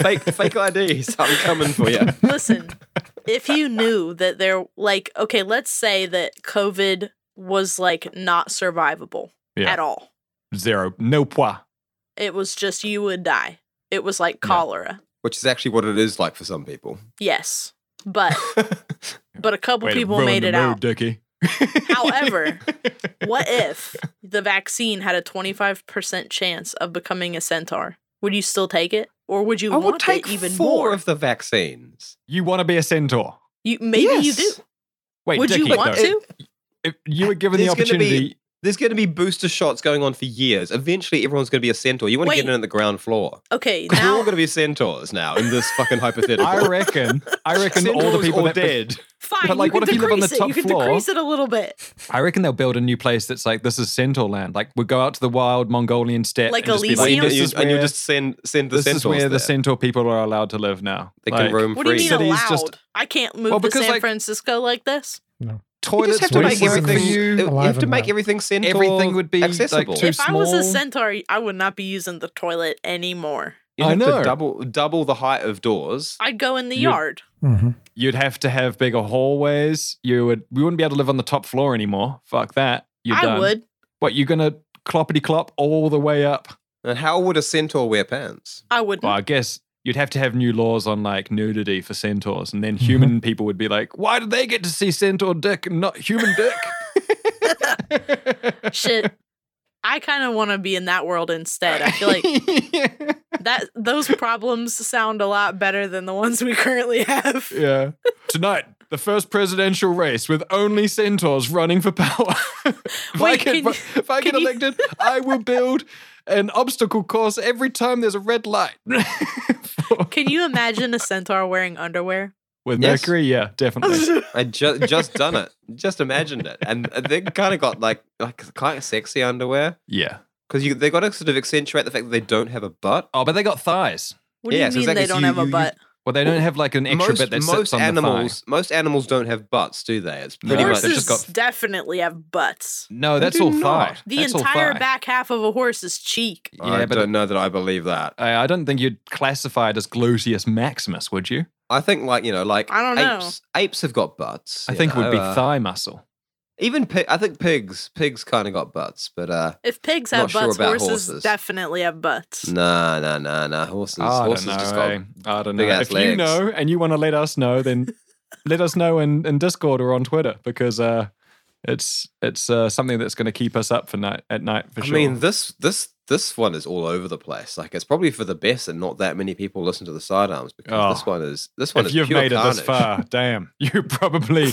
Speaker 3: fake fake IDs. I'm coming for you.
Speaker 2: listen, if you knew that there, like, okay, let's say that COVID was like not survivable
Speaker 1: Yeah.
Speaker 2: at all,
Speaker 1: Zero. No pois.
Speaker 2: it was just you would die. It was like cholera.
Speaker 3: Which is actually what it is like for some people.
Speaker 2: Yes. But but a couple
Speaker 1: Way to
Speaker 2: people
Speaker 1: ruin
Speaker 2: made
Speaker 1: the
Speaker 2: it
Speaker 1: mood,
Speaker 2: out.
Speaker 1: Dickie.
Speaker 2: However, what if the vaccine had a 25% chance of becoming a centaur? Would you still take it? Or would you
Speaker 3: I
Speaker 2: want
Speaker 3: would take
Speaker 2: it even
Speaker 3: four
Speaker 2: more?
Speaker 3: of the vaccines.
Speaker 1: you want to be a centaur?
Speaker 2: you maybe you
Speaker 3: Yes.
Speaker 2: do.
Speaker 1: Wait,
Speaker 2: would
Speaker 1: Dickie,
Speaker 2: you want
Speaker 1: though,
Speaker 2: to?
Speaker 1: If you were given the
Speaker 3: There's gonna be-
Speaker 1: opportunity,
Speaker 3: There's going to be booster shots going on for years. Eventually, everyone's going to be a centaur. You want
Speaker 2: Wait.
Speaker 3: to get in at the ground floor.
Speaker 2: Okay,
Speaker 3: We're all
Speaker 2: now
Speaker 3: going to be centaurs now in this fucking hypothetical.
Speaker 1: I reckon, I reckon all the
Speaker 3: Centaurs
Speaker 1: people
Speaker 3: or
Speaker 1: that
Speaker 3: dead.
Speaker 2: fine.
Speaker 1: but, like,
Speaker 2: you
Speaker 1: what
Speaker 2: can
Speaker 1: if you live on the
Speaker 2: decrease it.
Speaker 1: top
Speaker 2: You can
Speaker 1: floor?
Speaker 2: decrease it a little bit.
Speaker 1: I reckon they'll build a new place that's like this is Centaur land. Like we go out to the wild Mongolian steppe,
Speaker 2: Like
Speaker 1: and just be
Speaker 3: Well,
Speaker 1: like,
Speaker 2: Elysium?
Speaker 3: you,
Speaker 1: this
Speaker 3: you,
Speaker 1: is
Speaker 3: and you
Speaker 1: where-
Speaker 3: just send send the
Speaker 1: this
Speaker 3: centaurs
Speaker 1: is where
Speaker 3: there.
Speaker 1: the centaur people are allowed to live now.
Speaker 3: They
Speaker 1: Like,
Speaker 3: can roam
Speaker 2: What
Speaker 3: free.
Speaker 2: do you mean
Speaker 1: Cities
Speaker 2: allowed?
Speaker 1: just-
Speaker 2: I can't move
Speaker 1: Well,
Speaker 2: to
Speaker 1: because,
Speaker 2: San
Speaker 1: like-
Speaker 2: Francisco like this.
Speaker 3: You
Speaker 1: Toilets
Speaker 3: just have to
Speaker 1: would
Speaker 3: make
Speaker 1: be
Speaker 4: places
Speaker 3: everything.
Speaker 4: for you
Speaker 3: You have
Speaker 4: alive
Speaker 3: to
Speaker 4: and
Speaker 3: make
Speaker 4: well.
Speaker 3: everything centaur.
Speaker 1: Everything would be, like,
Speaker 3: accessible.
Speaker 1: too
Speaker 2: if I was a
Speaker 1: small?
Speaker 2: centaur, I would not be using the toilet anymore.
Speaker 3: You'd have
Speaker 1: I know.
Speaker 3: To double double the height of doors.
Speaker 2: I'd go in the
Speaker 1: You'd-
Speaker 2: yard.
Speaker 4: Mhm.
Speaker 1: You'd have to have bigger hallways. You would. We wouldn't be able to live on the top floor anymore. Fuck that. You're
Speaker 2: I
Speaker 1: done.
Speaker 2: would.
Speaker 1: What you're gonna cloppity clop all the way up?
Speaker 3: And how would a centaur wear pants?
Speaker 2: I wouldn't.
Speaker 1: Well, I guess you'd have to have new laws on like nudity for centaurs, and then
Speaker 3: Mm-hmm.
Speaker 1: human people would be like, why do they get to see centaur dick and not human dick?
Speaker 2: Shit. I kind of want to be in that world instead. I feel like
Speaker 1: yeah.
Speaker 2: that those problems sound a lot better than the ones we currently have.
Speaker 1: yeah. Tonight, the first presidential race with only centaurs running for power. if, I
Speaker 2: Wait,
Speaker 1: get,
Speaker 2: can you-
Speaker 1: if I get
Speaker 2: can you-
Speaker 1: elected, I will build an obstacle course every time there's a red light. For-
Speaker 2: Can you imagine a centaur wearing underwear?
Speaker 1: with
Speaker 3: Yes.
Speaker 1: Mercury, yeah, definitely.
Speaker 3: I just just done it. Just imagined it, and they kind of got like like kind of sexy underwear
Speaker 1: yeah.
Speaker 3: because you they got to sort of accentuate the fact that they don't have a butt.
Speaker 1: Oh, but they got thighs.
Speaker 2: What do
Speaker 3: Yeah,
Speaker 2: you
Speaker 3: so
Speaker 2: mean
Speaker 3: exactly,
Speaker 2: they
Speaker 3: so
Speaker 2: don't
Speaker 3: you-
Speaker 2: have a
Speaker 3: you- you-
Speaker 2: butt?
Speaker 1: Well, they don't have like an extra
Speaker 3: most,
Speaker 1: bit that sits
Speaker 3: most
Speaker 1: on the
Speaker 3: animals
Speaker 1: thigh.
Speaker 3: most animals don't have butts, do they? It's pretty
Speaker 1: No,
Speaker 3: much
Speaker 1: they
Speaker 2: Horses
Speaker 1: just got-
Speaker 2: definitely have butts.
Speaker 1: No, that's
Speaker 3: do
Speaker 1: all
Speaker 3: not.
Speaker 1: thigh.
Speaker 2: The
Speaker 1: That's all
Speaker 2: entire
Speaker 1: thigh.
Speaker 2: back half of a horse's cheek.
Speaker 3: I
Speaker 1: Yeah, but
Speaker 3: don't know that I believe that.
Speaker 1: I, I don't think you'd classify it as gluteus maximus, would you?
Speaker 3: I think like you know like
Speaker 2: I don't know.
Speaker 3: apes apes have got butts.
Speaker 1: I
Speaker 3: you
Speaker 1: think it would be
Speaker 3: know, uh,
Speaker 1: thigh muscle.
Speaker 3: Even pi- I think pigs pigs kind of got butts, but uh
Speaker 2: If pigs have
Speaker 3: Not sure
Speaker 2: butts,
Speaker 3: about
Speaker 2: horses,
Speaker 3: horses.
Speaker 2: definitely have butts.
Speaker 3: nah nah nah nah horses
Speaker 1: Oh, I don't
Speaker 3: horses
Speaker 1: know.
Speaker 3: just got
Speaker 1: eh? I don't know.
Speaker 3: big ass
Speaker 1: If you
Speaker 3: legs.
Speaker 1: know and you want to let us know, then let us know in, in Discord or on Twitter because uh, it's it's uh, something that's going to keep us up for night at night for
Speaker 3: I
Speaker 1: sure.
Speaker 3: mean, this this this one is all over the place. Like it's probably for the best, and not that many people listen to the sidearms because this
Speaker 1: Oh.
Speaker 3: one is this one
Speaker 1: if
Speaker 3: is
Speaker 1: you've
Speaker 3: pure
Speaker 1: made it
Speaker 3: carnage.
Speaker 1: this far, damn, you probably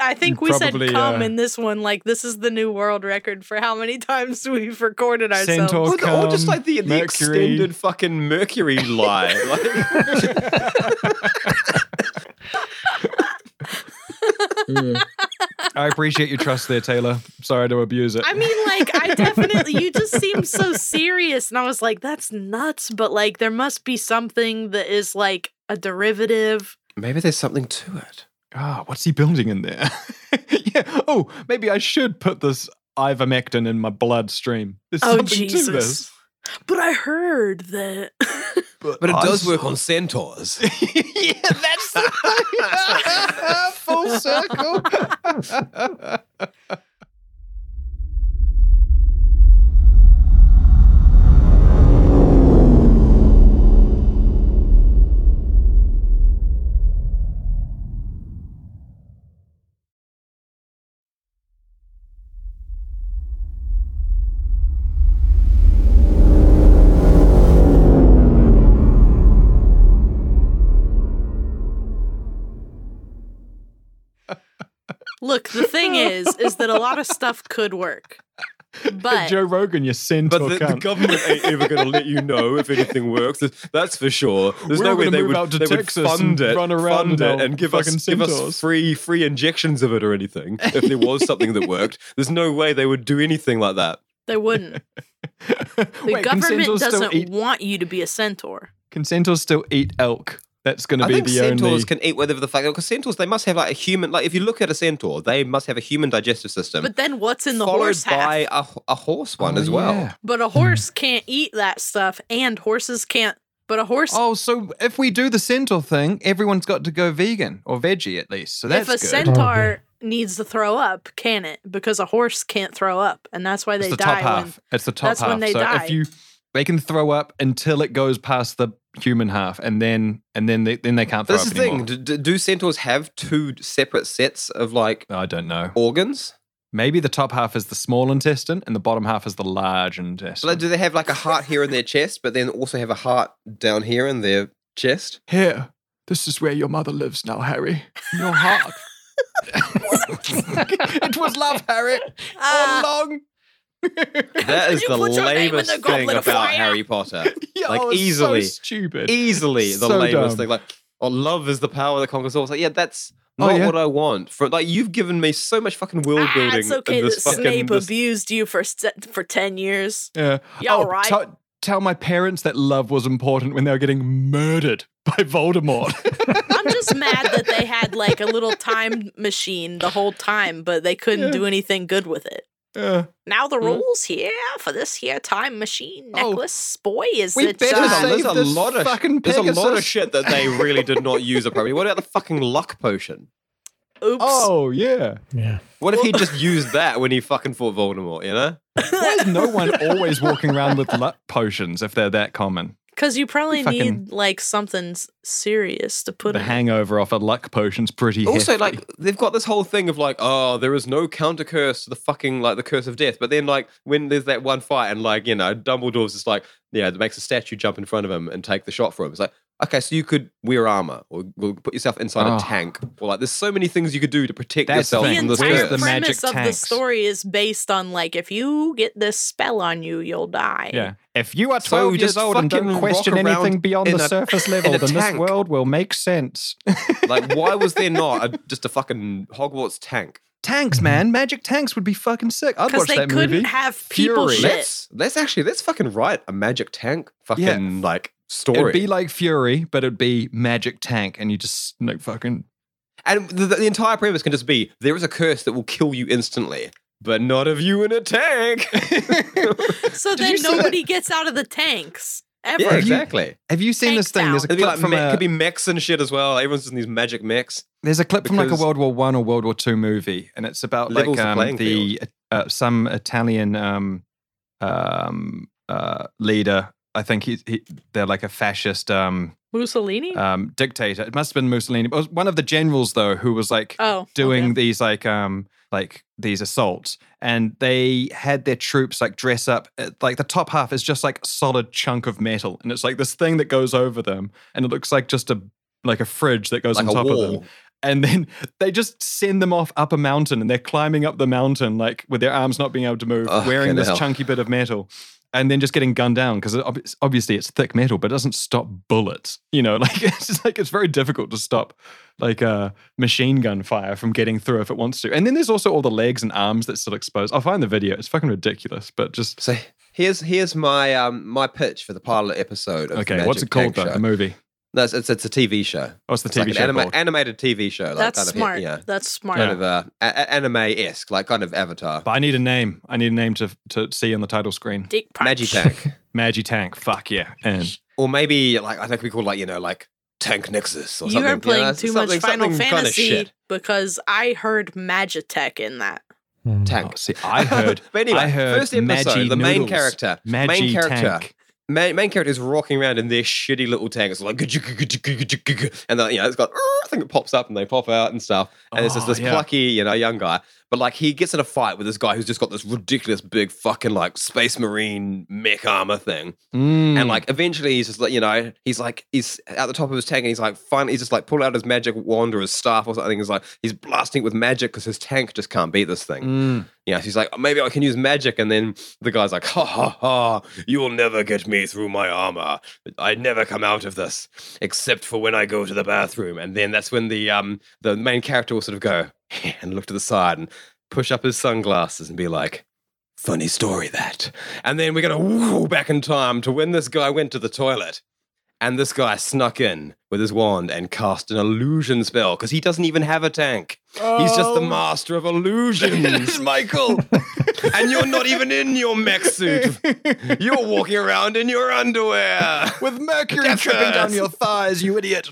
Speaker 2: I think
Speaker 1: You
Speaker 2: we
Speaker 1: probably,
Speaker 2: said come
Speaker 1: uh,
Speaker 2: in this one. Like this is the new world record for how many times we've recorded ourselves.
Speaker 1: centaur
Speaker 3: Or, the- or just
Speaker 1: cum,
Speaker 3: like the, the
Speaker 1: mercury.
Speaker 3: extended fucking Mercury lie. Like,
Speaker 1: I appreciate your trust there, Taylor. Sorry to abuse it.
Speaker 2: I mean, like, I definitely, you just seem so serious. And I was like, that's nuts. But, like, there must be something that is like a derivative.
Speaker 3: maybe there's something to it.
Speaker 1: Ah, what's he building in there? yeah. Oh, maybe I should put this ivermectin in my bloodstream. There's
Speaker 2: Oh,
Speaker 1: something to
Speaker 2: Jesus.
Speaker 1: this.
Speaker 2: But I heard that.
Speaker 3: But it
Speaker 1: I
Speaker 3: does
Speaker 1: s-
Speaker 3: work on centaurs.
Speaker 1: yeah, that's the full circle.
Speaker 2: Look, the thing is, is that a lot of stuff could work. But
Speaker 1: Joe Rogan, you centaur
Speaker 3: But the, the
Speaker 1: cunt.
Speaker 3: government ain't ever going to let you know if anything works. That's for sure. There's
Speaker 1: We're
Speaker 3: no
Speaker 1: all
Speaker 3: way
Speaker 1: gonna
Speaker 3: they
Speaker 1: move
Speaker 3: would,
Speaker 1: out to
Speaker 3: they would
Speaker 1: Texas
Speaker 3: fund
Speaker 1: and
Speaker 3: it,
Speaker 1: run around
Speaker 3: fund it,
Speaker 1: now,
Speaker 3: and give us
Speaker 1: fucking
Speaker 3: give us
Speaker 1: centaurs.
Speaker 3: free free injections of it or anything. If there was something that worked, there's no way they would do anything like that.
Speaker 2: they wouldn't. The
Speaker 1: Wait, can
Speaker 2: government
Speaker 1: centaurs still
Speaker 2: doesn't
Speaker 1: eat?
Speaker 2: want you to be a centaur.
Speaker 1: Can centaurs still eat elk? That's going to
Speaker 3: I
Speaker 1: be
Speaker 3: think
Speaker 1: the
Speaker 3: centaurs
Speaker 1: only.
Speaker 3: can eat whatever the fuck. Because centaurs, they must have like a human. Like if you look at a centaur, they must have a human digestive system.
Speaker 2: But then what's in the
Speaker 3: followed
Speaker 2: horse
Speaker 3: by
Speaker 2: half?
Speaker 3: a, a horse one
Speaker 1: Oh,
Speaker 3: as well.
Speaker 1: yeah.
Speaker 2: But a horse can't eat that stuff, and horses can't. But a horse,
Speaker 5: Oh, so if we do the centaur thing, everyone's got to go vegan or veggie at least. So that's
Speaker 2: if a
Speaker 5: good.
Speaker 2: centaur needs to throw up, can it? Because a horse can't throw up, and that's why
Speaker 5: it's
Speaker 2: they
Speaker 5: the
Speaker 2: die.
Speaker 5: top
Speaker 2: when,
Speaker 5: half. It's the top
Speaker 2: that's
Speaker 5: half.
Speaker 2: when they
Speaker 5: so
Speaker 2: die.
Speaker 5: if you they can throw up until it goes past the human half, and then and then they then they can't throw
Speaker 3: That's
Speaker 5: up
Speaker 3: the thing.
Speaker 5: anymore.
Speaker 3: Do, do- do centaurs have two separate sets of like
Speaker 5: I don't know.
Speaker 3: organs?
Speaker 5: Maybe the top half is the small intestine, and the bottom half is the large
Speaker 3: So
Speaker 5: intestine.
Speaker 3: like, do they have like a heart here in their chest, but then also have a heart down here in their chest?
Speaker 1: Here, this is where your mother lives now, Harry. Your heart.
Speaker 5: it was love, Harry.
Speaker 2: Ah,
Speaker 5: long.
Speaker 3: That is
Speaker 2: You
Speaker 3: the
Speaker 2: put your name in the
Speaker 3: lamest thing
Speaker 2: goblet
Speaker 3: about
Speaker 2: of fire.
Speaker 3: Harry Potter.
Speaker 1: Yeah,
Speaker 3: Like,
Speaker 1: oh, it's
Speaker 3: easily. E-
Speaker 1: So stupid.
Speaker 3: Easily the
Speaker 1: So
Speaker 3: lamest
Speaker 1: dumb.
Speaker 3: thing. Like, oh, love is the power that conquers all. It's like, yeah, that's
Speaker 1: Oh,
Speaker 3: not
Speaker 1: yeah.
Speaker 3: what I want. For like, you've given me so much fucking world
Speaker 2: ah,
Speaker 3: building.
Speaker 2: it's okay
Speaker 3: in
Speaker 2: that
Speaker 3: this fucking,
Speaker 2: Snape
Speaker 3: this-
Speaker 2: abused you for se- for ten years.
Speaker 1: Yeah.
Speaker 2: You all
Speaker 1: oh,
Speaker 2: right?
Speaker 1: tell- tell my parents that love was important when they were getting murdered by Voldemort.
Speaker 2: I'm just mad that they had like a little time machine the whole time, but they couldn't
Speaker 1: Yeah.
Speaker 2: do anything good with it.
Speaker 1: Yeah.
Speaker 2: Now the
Speaker 3: Hmm.
Speaker 2: rules here for this here time machine
Speaker 5: Oh,
Speaker 2: necklace, boy, is
Speaker 5: we
Speaker 2: it?
Speaker 5: better
Speaker 2: uh,
Speaker 3: There's
Speaker 5: save
Speaker 3: a
Speaker 5: this
Speaker 3: lot of-
Speaker 5: fucking
Speaker 3: There's a lot of
Speaker 5: Pegasus.
Speaker 3: shit that they really did not use appropriately. What about the fucking luck potion?
Speaker 2: oops.
Speaker 1: oh, yeah.
Speaker 4: Yeah.
Speaker 3: What if he just used that when he fucking fought Voldemort? You know,
Speaker 1: Why is no one always walking around with luck potions if they're that common?
Speaker 2: Because you probably
Speaker 1: fucking-
Speaker 2: need like something s- serious to put
Speaker 1: The
Speaker 2: in.
Speaker 1: hangover off a luck potion's pretty
Speaker 3: Also,
Speaker 1: hefty.
Speaker 3: like they've got this whole thing of like, oh, there is no counter curse to the fucking like the curse of death. But then like when there's that one fight and like you know Dumbledore's just like yeah, it makes a statue jump in front of him and take the shot for him. It's like okay, so you could wear armor or, or put yourself inside
Speaker 1: Oh.
Speaker 3: a tank or like there's so many things you could do to protect
Speaker 1: That's the
Speaker 3: yourself
Speaker 2: the
Speaker 1: thing.
Speaker 3: from this
Speaker 2: entire
Speaker 1: Where's
Speaker 3: curse.
Speaker 1: the
Speaker 2: premise
Speaker 1: magic
Speaker 2: of the
Speaker 1: tanks?
Speaker 2: story is based on like if you get this spell on you, you'll die.
Speaker 1: yeah. If you are
Speaker 3: So
Speaker 1: 12
Speaker 3: just
Speaker 1: years old and
Speaker 3: fucking
Speaker 1: don't
Speaker 3: rock
Speaker 1: question
Speaker 3: around
Speaker 1: anything beyond
Speaker 3: in
Speaker 1: the
Speaker 3: a-
Speaker 1: surface
Speaker 3: in
Speaker 1: level,
Speaker 3: a
Speaker 1: then this
Speaker 3: tank.
Speaker 1: world will make sense.
Speaker 3: like why was there not a, just a fucking Hogwarts tank?
Speaker 5: Tanks, man. Magic tanks would be fucking sick. I'd
Speaker 2: Because
Speaker 5: watch
Speaker 2: they
Speaker 5: that
Speaker 2: couldn't
Speaker 5: movie.
Speaker 2: have people
Speaker 5: Fury.
Speaker 2: shit.
Speaker 3: Let's let's actually let's fucking write a magic tank fucking like story.
Speaker 5: It'd be like Fury, but it'd be magic tank, and you just
Speaker 1: No fucking.
Speaker 3: And the, the entire premise can just be there is a curse that will kill you instantly, but not if you in a tank.
Speaker 2: so
Speaker 5: you
Speaker 2: then
Speaker 5: see that-
Speaker 2: nobody gets out of the tanks ever.
Speaker 3: yeah, exactly.
Speaker 5: Have you seen
Speaker 2: Tank
Speaker 5: this thing? There's a clip
Speaker 3: It'd be like
Speaker 5: from
Speaker 3: me-
Speaker 5: a,
Speaker 3: could be mechs and shit as well. Everyone's in these magic mechs.
Speaker 5: there's a clip from like a
Speaker 3: because-
Speaker 5: World War One or World War Two movie, and it's about like
Speaker 3: Levels the
Speaker 5: um,
Speaker 3: playing
Speaker 5: the uh, some Italian um, um, uh, leader. I think he, he they're like a fascist um,
Speaker 2: Mussolini.
Speaker 1: Uh,
Speaker 5: um, dictator. It must have been Mussolini. It was one of the generals though who was like
Speaker 2: oh,
Speaker 5: doing
Speaker 2: okay.
Speaker 5: these like um like these assaults and they had their troops like dress up uh, like the top half is just like solid chunk of metal and it's like this thing that goes over them and it looks like just a like a fridge that goes
Speaker 3: Like
Speaker 5: on
Speaker 3: a
Speaker 5: top of
Speaker 3: wall.
Speaker 5: them and then they just send them off up a mountain and they're climbing up the mountain like with their arms not being able to move
Speaker 3: Ugh,
Speaker 5: wearing
Speaker 3: fucking
Speaker 5: this
Speaker 3: Oh, hell.
Speaker 5: chunky bit of metal and then just getting gunned down because obviously it's thick metal but it doesn't stop bullets you know like it's just like it's very difficult to stop like uh machine gun fire from getting through if it wants to and then there's also all the legs and arms that's still exposed i'll find the video it's fucking ridiculous but just
Speaker 3: So here's here's my um my pitch for the pilot episode. Of the
Speaker 1: Okay,
Speaker 3: magic
Speaker 1: what's it called
Speaker 3: tank
Speaker 1: though?
Speaker 3: show.
Speaker 1: The movie.
Speaker 3: No, it's, it's it's a TV show.
Speaker 1: What's the
Speaker 3: It's
Speaker 1: TV
Speaker 3: like
Speaker 1: show
Speaker 3: an anima-
Speaker 1: called?
Speaker 3: animated TV show. Like
Speaker 2: That's
Speaker 3: kind
Speaker 2: smart.
Speaker 3: Of, yeah,
Speaker 2: That's smart.
Speaker 3: kind of uh, a- anime esque, like kind of Avatar.
Speaker 1: But I need a name. I need a name to to see on the title screen.
Speaker 2: Dick punch.
Speaker 3: Magic tank,
Speaker 1: Maggie Tank. Fuck yeah. And
Speaker 3: or maybe like I think we call like you know like Tank Nexus or
Speaker 2: You
Speaker 3: something.
Speaker 2: are playing
Speaker 3: know,
Speaker 2: too much
Speaker 3: something-
Speaker 2: Final
Speaker 3: something kinda
Speaker 2: Fantasy
Speaker 3: shit.
Speaker 2: because I heard Magitech in that.
Speaker 4: Hmm.
Speaker 3: Tank.
Speaker 1: oh, see, I heard.
Speaker 3: but anyway,
Speaker 1: I heard
Speaker 3: first episode,
Speaker 1: Maggi
Speaker 3: the main
Speaker 1: noodles.
Speaker 3: character, main
Speaker 1: Maggie
Speaker 3: character,
Speaker 1: Tank.
Speaker 3: main, main character is rocking around in their shitty little tank. It's like, and then, you know, it's got, I think it pops up and they pop out and stuff. And it's just
Speaker 1: Oh,
Speaker 3: this
Speaker 1: yeah.
Speaker 3: plucky, you know, young guy. But like, he gets in a fight with this guy who's just got this ridiculous big fucking like space marine mech armor thing.
Speaker 5: Mm.
Speaker 1: Hmm.
Speaker 3: And like, eventually he's just like, you know, he's like, he's at the top of his tank and he's like, finally, he's just like, pulled out his
Speaker 1: Hmm.
Speaker 3: magic wand or his staff or something. He's like, he's blasting it with magic because his tank just can't beat this thing.
Speaker 5: Mm.
Speaker 3: You know, she's like, maybe I can use magic. And then the guy's like, ha ha ha, you'll never get me through my armor. I never come out of this except for when I go to the bathroom. And then that's when the um the main character will sort of go and look to the side and push up his sunglasses and be like, funny story that. And then we're gonna whoo back in time to when this guy went to the toilet. And this guy snuck in with his wand and cast an illusion spell because he doesn't even have a tank. He's just
Speaker 5: Oh.
Speaker 3: the master of illusions, Michael. and you're not even in your mech suit. You're walking around in your underwear.
Speaker 5: With mercury
Speaker 3: That's
Speaker 5: dripping down
Speaker 3: us.
Speaker 5: your thighs, you idiot.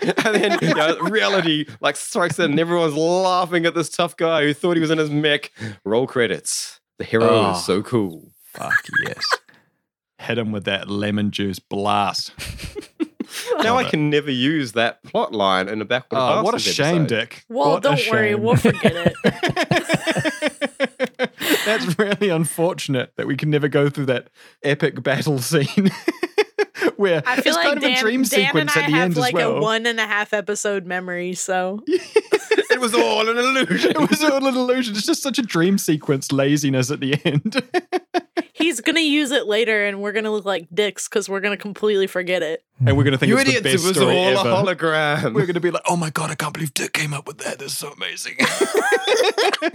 Speaker 3: and then you know, reality like strikes in, and everyone's laughing at this tough guy who thought he was in his mech. Roll credits. The hero
Speaker 1: Oh.
Speaker 3: is so cool.
Speaker 1: Fuck yes. Hit him with that lemon juice blast.
Speaker 3: Now I
Speaker 1: it.
Speaker 3: can never use that plot line in a backward.
Speaker 1: Oh, what a
Speaker 3: Bastards
Speaker 1: shame,
Speaker 3: episode.
Speaker 1: Dick.
Speaker 2: Well,
Speaker 1: What a
Speaker 2: don't worry,
Speaker 1: shame.
Speaker 2: we'll forget it.
Speaker 1: That's really unfortunate that we can never go through that epic battle scene where
Speaker 2: I feel
Speaker 1: it's
Speaker 2: like
Speaker 1: kind
Speaker 2: Dan,
Speaker 1: of a dream
Speaker 2: Dan
Speaker 1: sequence
Speaker 2: and I
Speaker 1: at the
Speaker 2: have
Speaker 1: end
Speaker 2: like
Speaker 1: as well.
Speaker 2: a one and a half episode memory, so
Speaker 3: It was all an illusion.
Speaker 1: it was all an illusion. It's just such a dream sequence laziness at the end.
Speaker 2: he's gonna use it later, and we're gonna look like dicks because we're gonna completely forget it.
Speaker 1: and we're going to think
Speaker 3: you
Speaker 1: it's
Speaker 3: idiots!
Speaker 1: the best
Speaker 3: It was all
Speaker 1: story ever.
Speaker 3: a hologram.
Speaker 1: we're going to be like, oh my God, I can't believe Dick came up with that. That's so amazing.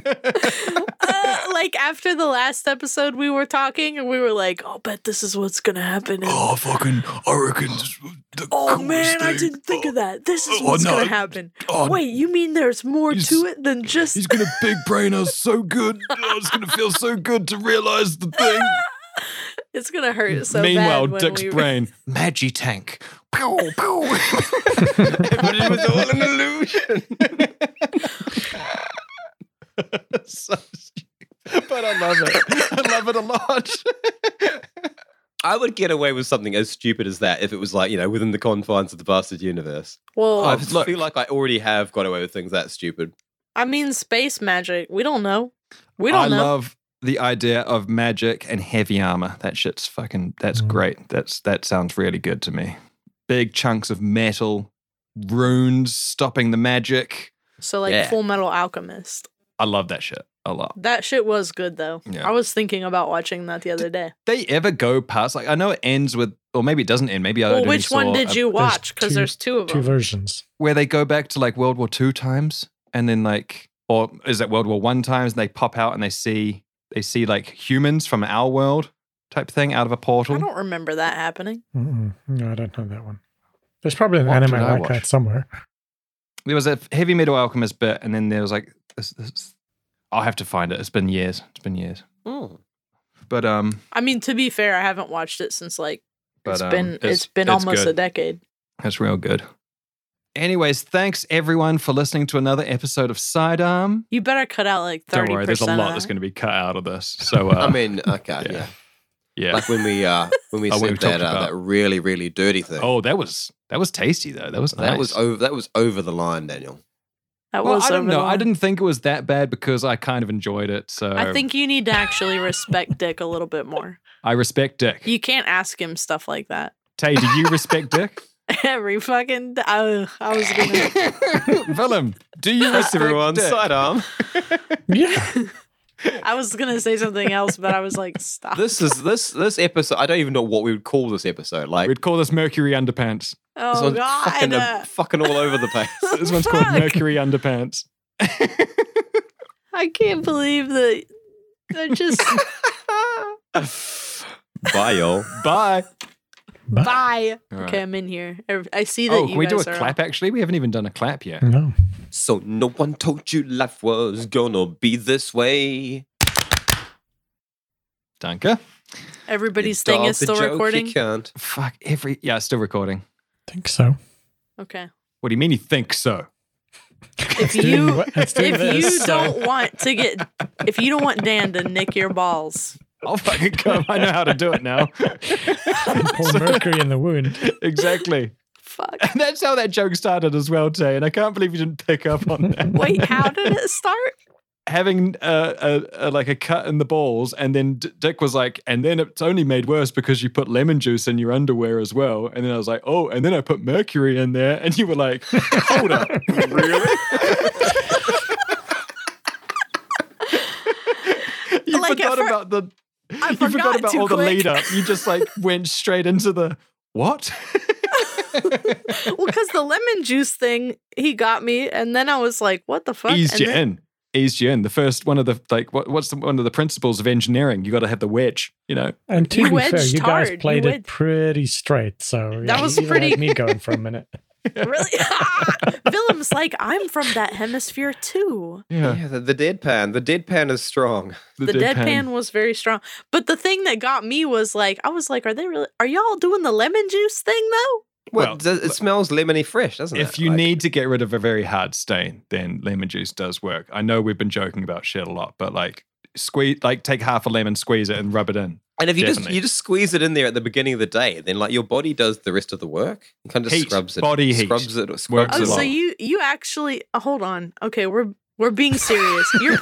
Speaker 2: Uh, like after the last episode, we were talking, and we were like, "I'll bet this is what's gonna happen." And, oh,
Speaker 1: fucking, I reckon. The
Speaker 2: man, I didn't think of that. This is
Speaker 1: Oh,
Speaker 2: what's
Speaker 1: no,
Speaker 2: gonna
Speaker 1: it-
Speaker 2: happen.
Speaker 1: oh,
Speaker 2: Wait, you mean there's more
Speaker 1: He's-
Speaker 2: to it than just
Speaker 1: He's gonna big brain us so good. Oh, it's gonna feel so good to realize the thing.
Speaker 2: it's gonna hurt so
Speaker 1: Meanwhile,
Speaker 2: bad when
Speaker 1: Dick's
Speaker 2: we
Speaker 1: brain.
Speaker 5: Magi tank. Pew, pew.
Speaker 3: but it was all an illusion.
Speaker 1: So stupid. but I love it. I love it a lot.
Speaker 3: I would get away with something as stupid as that if it was like you know within the confines of the bastard universe.
Speaker 2: well,
Speaker 3: I
Speaker 1: Oh, look.
Speaker 3: feel like I already have got away with things that stupid.
Speaker 2: I mean, space magic. We don't know. We don't
Speaker 1: I
Speaker 2: know.
Speaker 1: love the idea of magic and heavy armor. That shit's fucking. That's
Speaker 4: Mm.
Speaker 1: great. That's that sounds really good to me. Big chunks of metal, runes stopping the magic.
Speaker 2: so like
Speaker 3: Yeah.
Speaker 2: Full Metal Alchemist.
Speaker 1: I love that shit a lot.
Speaker 2: That shit was good though.
Speaker 1: Yeah.
Speaker 2: I was thinking about watching that the other day.
Speaker 1: They ever go past? Like I know it ends with, or maybe it doesn't end. Maybe I.
Speaker 2: well,
Speaker 1: only
Speaker 2: which one
Speaker 1: saw
Speaker 2: did
Speaker 1: a-
Speaker 2: you watch? Because
Speaker 4: two-
Speaker 2: there's two of
Speaker 4: Two
Speaker 2: them.
Speaker 4: versions.
Speaker 1: where they go back to like World War II times and then like or is it World War One times and they pop out and they see they see like humans from our world type thing out of a
Speaker 2: I
Speaker 1: portal.
Speaker 2: don't remember that happening.
Speaker 4: Mm-mm. No, I don't know that one. There's probably an
Speaker 1: What
Speaker 4: anime
Speaker 1: did I
Speaker 4: like
Speaker 1: watch?
Speaker 4: that somewhere.
Speaker 1: There was a heavy metal alchemist bit and then there was like this, this, I'll have to find it. It's been years. It's been years. Hmm. But um
Speaker 2: I mean, to be fair, I haven't watched it since like
Speaker 1: but,
Speaker 2: it's
Speaker 1: um,
Speaker 2: been it's been almost
Speaker 1: good.
Speaker 2: a decade.
Speaker 1: That's real good. Anyways, thanks everyone for listening to another episode of Sidearm.
Speaker 2: You better cut out like thirty
Speaker 1: Don't worry, there's a
Speaker 2: percent.
Speaker 1: lot that's going to be cut out of this. So uh,
Speaker 3: I mean, okay,
Speaker 1: Yeah.
Speaker 3: yeah.
Speaker 1: yeah.
Speaker 3: Like when we uh when we
Speaker 1: Oh,
Speaker 3: said
Speaker 1: when we talked
Speaker 3: that uh,
Speaker 1: about-
Speaker 3: that really really dirty thing.
Speaker 1: Oh, that was that was tasty though. That was
Speaker 3: that
Speaker 1: nice.
Speaker 3: was over that was over the line, Daniel.
Speaker 2: That
Speaker 1: Well,
Speaker 2: was
Speaker 1: I don't
Speaker 2: over the
Speaker 1: know. I
Speaker 2: line.
Speaker 1: didn't think it was that bad because I kind of enjoyed it. So
Speaker 2: I think you need to actually respect Dick a little bit more.
Speaker 1: I respect Dick.
Speaker 2: You can't ask him stuff like that.
Speaker 1: Tay, do you respect Dick?
Speaker 2: Every fucking d- I, I was gonna.
Speaker 1: Willem, do you respect
Speaker 3: Everyone,
Speaker 1: Dick?
Speaker 3: sidearm.
Speaker 4: Yeah.
Speaker 2: I was gonna say something else, but I was like, stop.
Speaker 3: This is this this episode. I don't even know what we would call this episode. Like
Speaker 1: We'd call this Mercury Underpants.
Speaker 3: this
Speaker 2: oh
Speaker 3: one's
Speaker 2: god.
Speaker 3: fucking, a-
Speaker 2: uh,
Speaker 3: fucking all over the place.
Speaker 1: This one's called
Speaker 2: fuck.
Speaker 1: Mercury Underpants.
Speaker 2: I can't believe that. I just
Speaker 3: Bye, y'all.
Speaker 1: Bye.
Speaker 2: bye.
Speaker 1: All right.
Speaker 2: Okay, I'm in here. Ev- I see that
Speaker 1: Oh,
Speaker 2: you
Speaker 1: can we do
Speaker 2: guys
Speaker 1: a
Speaker 2: are
Speaker 1: clap? Actually, we haven't even done a clap yet.
Speaker 4: No.
Speaker 3: So no one told you life was gonna be this way.
Speaker 1: Dunker.
Speaker 2: on. Everybody's
Speaker 3: You
Speaker 2: thing
Speaker 3: dog
Speaker 2: is
Speaker 3: the
Speaker 2: still
Speaker 3: joke, you
Speaker 2: recording.
Speaker 3: can't.
Speaker 1: Fuck every. Yeah, it's still recording.
Speaker 4: think so.
Speaker 2: Okay.
Speaker 1: What do you mean? You think so?
Speaker 2: If
Speaker 4: doing
Speaker 2: you
Speaker 4: what- it's doing
Speaker 2: if
Speaker 4: this,
Speaker 2: you
Speaker 4: so-
Speaker 2: don't want to get if you don't want Dan to nick your balls,
Speaker 1: I'll fucking come. Oh I know how to do it now.
Speaker 4: Pour mercury in the wound.
Speaker 1: exactly.
Speaker 2: fuck.
Speaker 1: And that's how that joke started as well, Tay. And I can't believe you didn't pick up on that.
Speaker 2: Wait, how did it start?
Speaker 1: having uh, a, a like a cut in the balls, and then D- Dick was like, and then it's only made worse because you put lemon juice in your underwear as well. And then I was like, oh, and then I put mercury in there, and you were like, hold up, really? forgot
Speaker 2: for-
Speaker 1: about the.
Speaker 2: I
Speaker 1: you forgot
Speaker 2: forgot
Speaker 1: about
Speaker 2: too
Speaker 1: all the
Speaker 2: quick.
Speaker 1: lead up. You just like went straight into the what?
Speaker 2: well, because the lemon juice thing he got me, and then I was like, "What the fuck?"
Speaker 1: Ease
Speaker 2: And
Speaker 1: you
Speaker 2: then-
Speaker 1: in. Ease you in. The first one of the like what, what's the, one of the principles of engineering? You got to have the wedge. You know.
Speaker 4: And to
Speaker 2: You
Speaker 4: be fair,
Speaker 2: wedged
Speaker 4: you guys
Speaker 2: hard. You
Speaker 4: played it
Speaker 2: wedged-
Speaker 4: pretty straight. So yeah,
Speaker 2: That was
Speaker 4: you even had
Speaker 2: pretty-
Speaker 4: me going for a minute.
Speaker 2: really, Willem's like, "I'm from that hemisphere too."
Speaker 1: Yeah.
Speaker 3: Yeah, the, the deadpan. The deadpan is strong.
Speaker 2: The, deadpan was very strong, but the thing that got me was like, I was like, "Are they really? Are y'all doing the lemon juice thing though?"
Speaker 3: Well,
Speaker 1: Well,
Speaker 3: does, it smells lemony fresh, doesn't it?
Speaker 1: If you
Speaker 3: Like-
Speaker 1: need to get rid of a very hard stain, then lemon juice does work. I know we've been joking about shit a lot, but like squeeze, like take half a lemon, squeeze it, and rub it in.
Speaker 3: and if you just
Speaker 1: definitely.
Speaker 3: you just squeeze it in there at the beginning of the day, then like your body does the rest of the work. You kind of
Speaker 1: Heat.
Speaker 3: scrubs it,
Speaker 1: Body heat.
Speaker 3: scrubs it, scrubs
Speaker 1: Works
Speaker 3: it.
Speaker 2: Oh,
Speaker 1: a
Speaker 2: so
Speaker 1: lot.
Speaker 3: off.
Speaker 2: you you actually uh, hold on. Okay, we're we're being serious. You're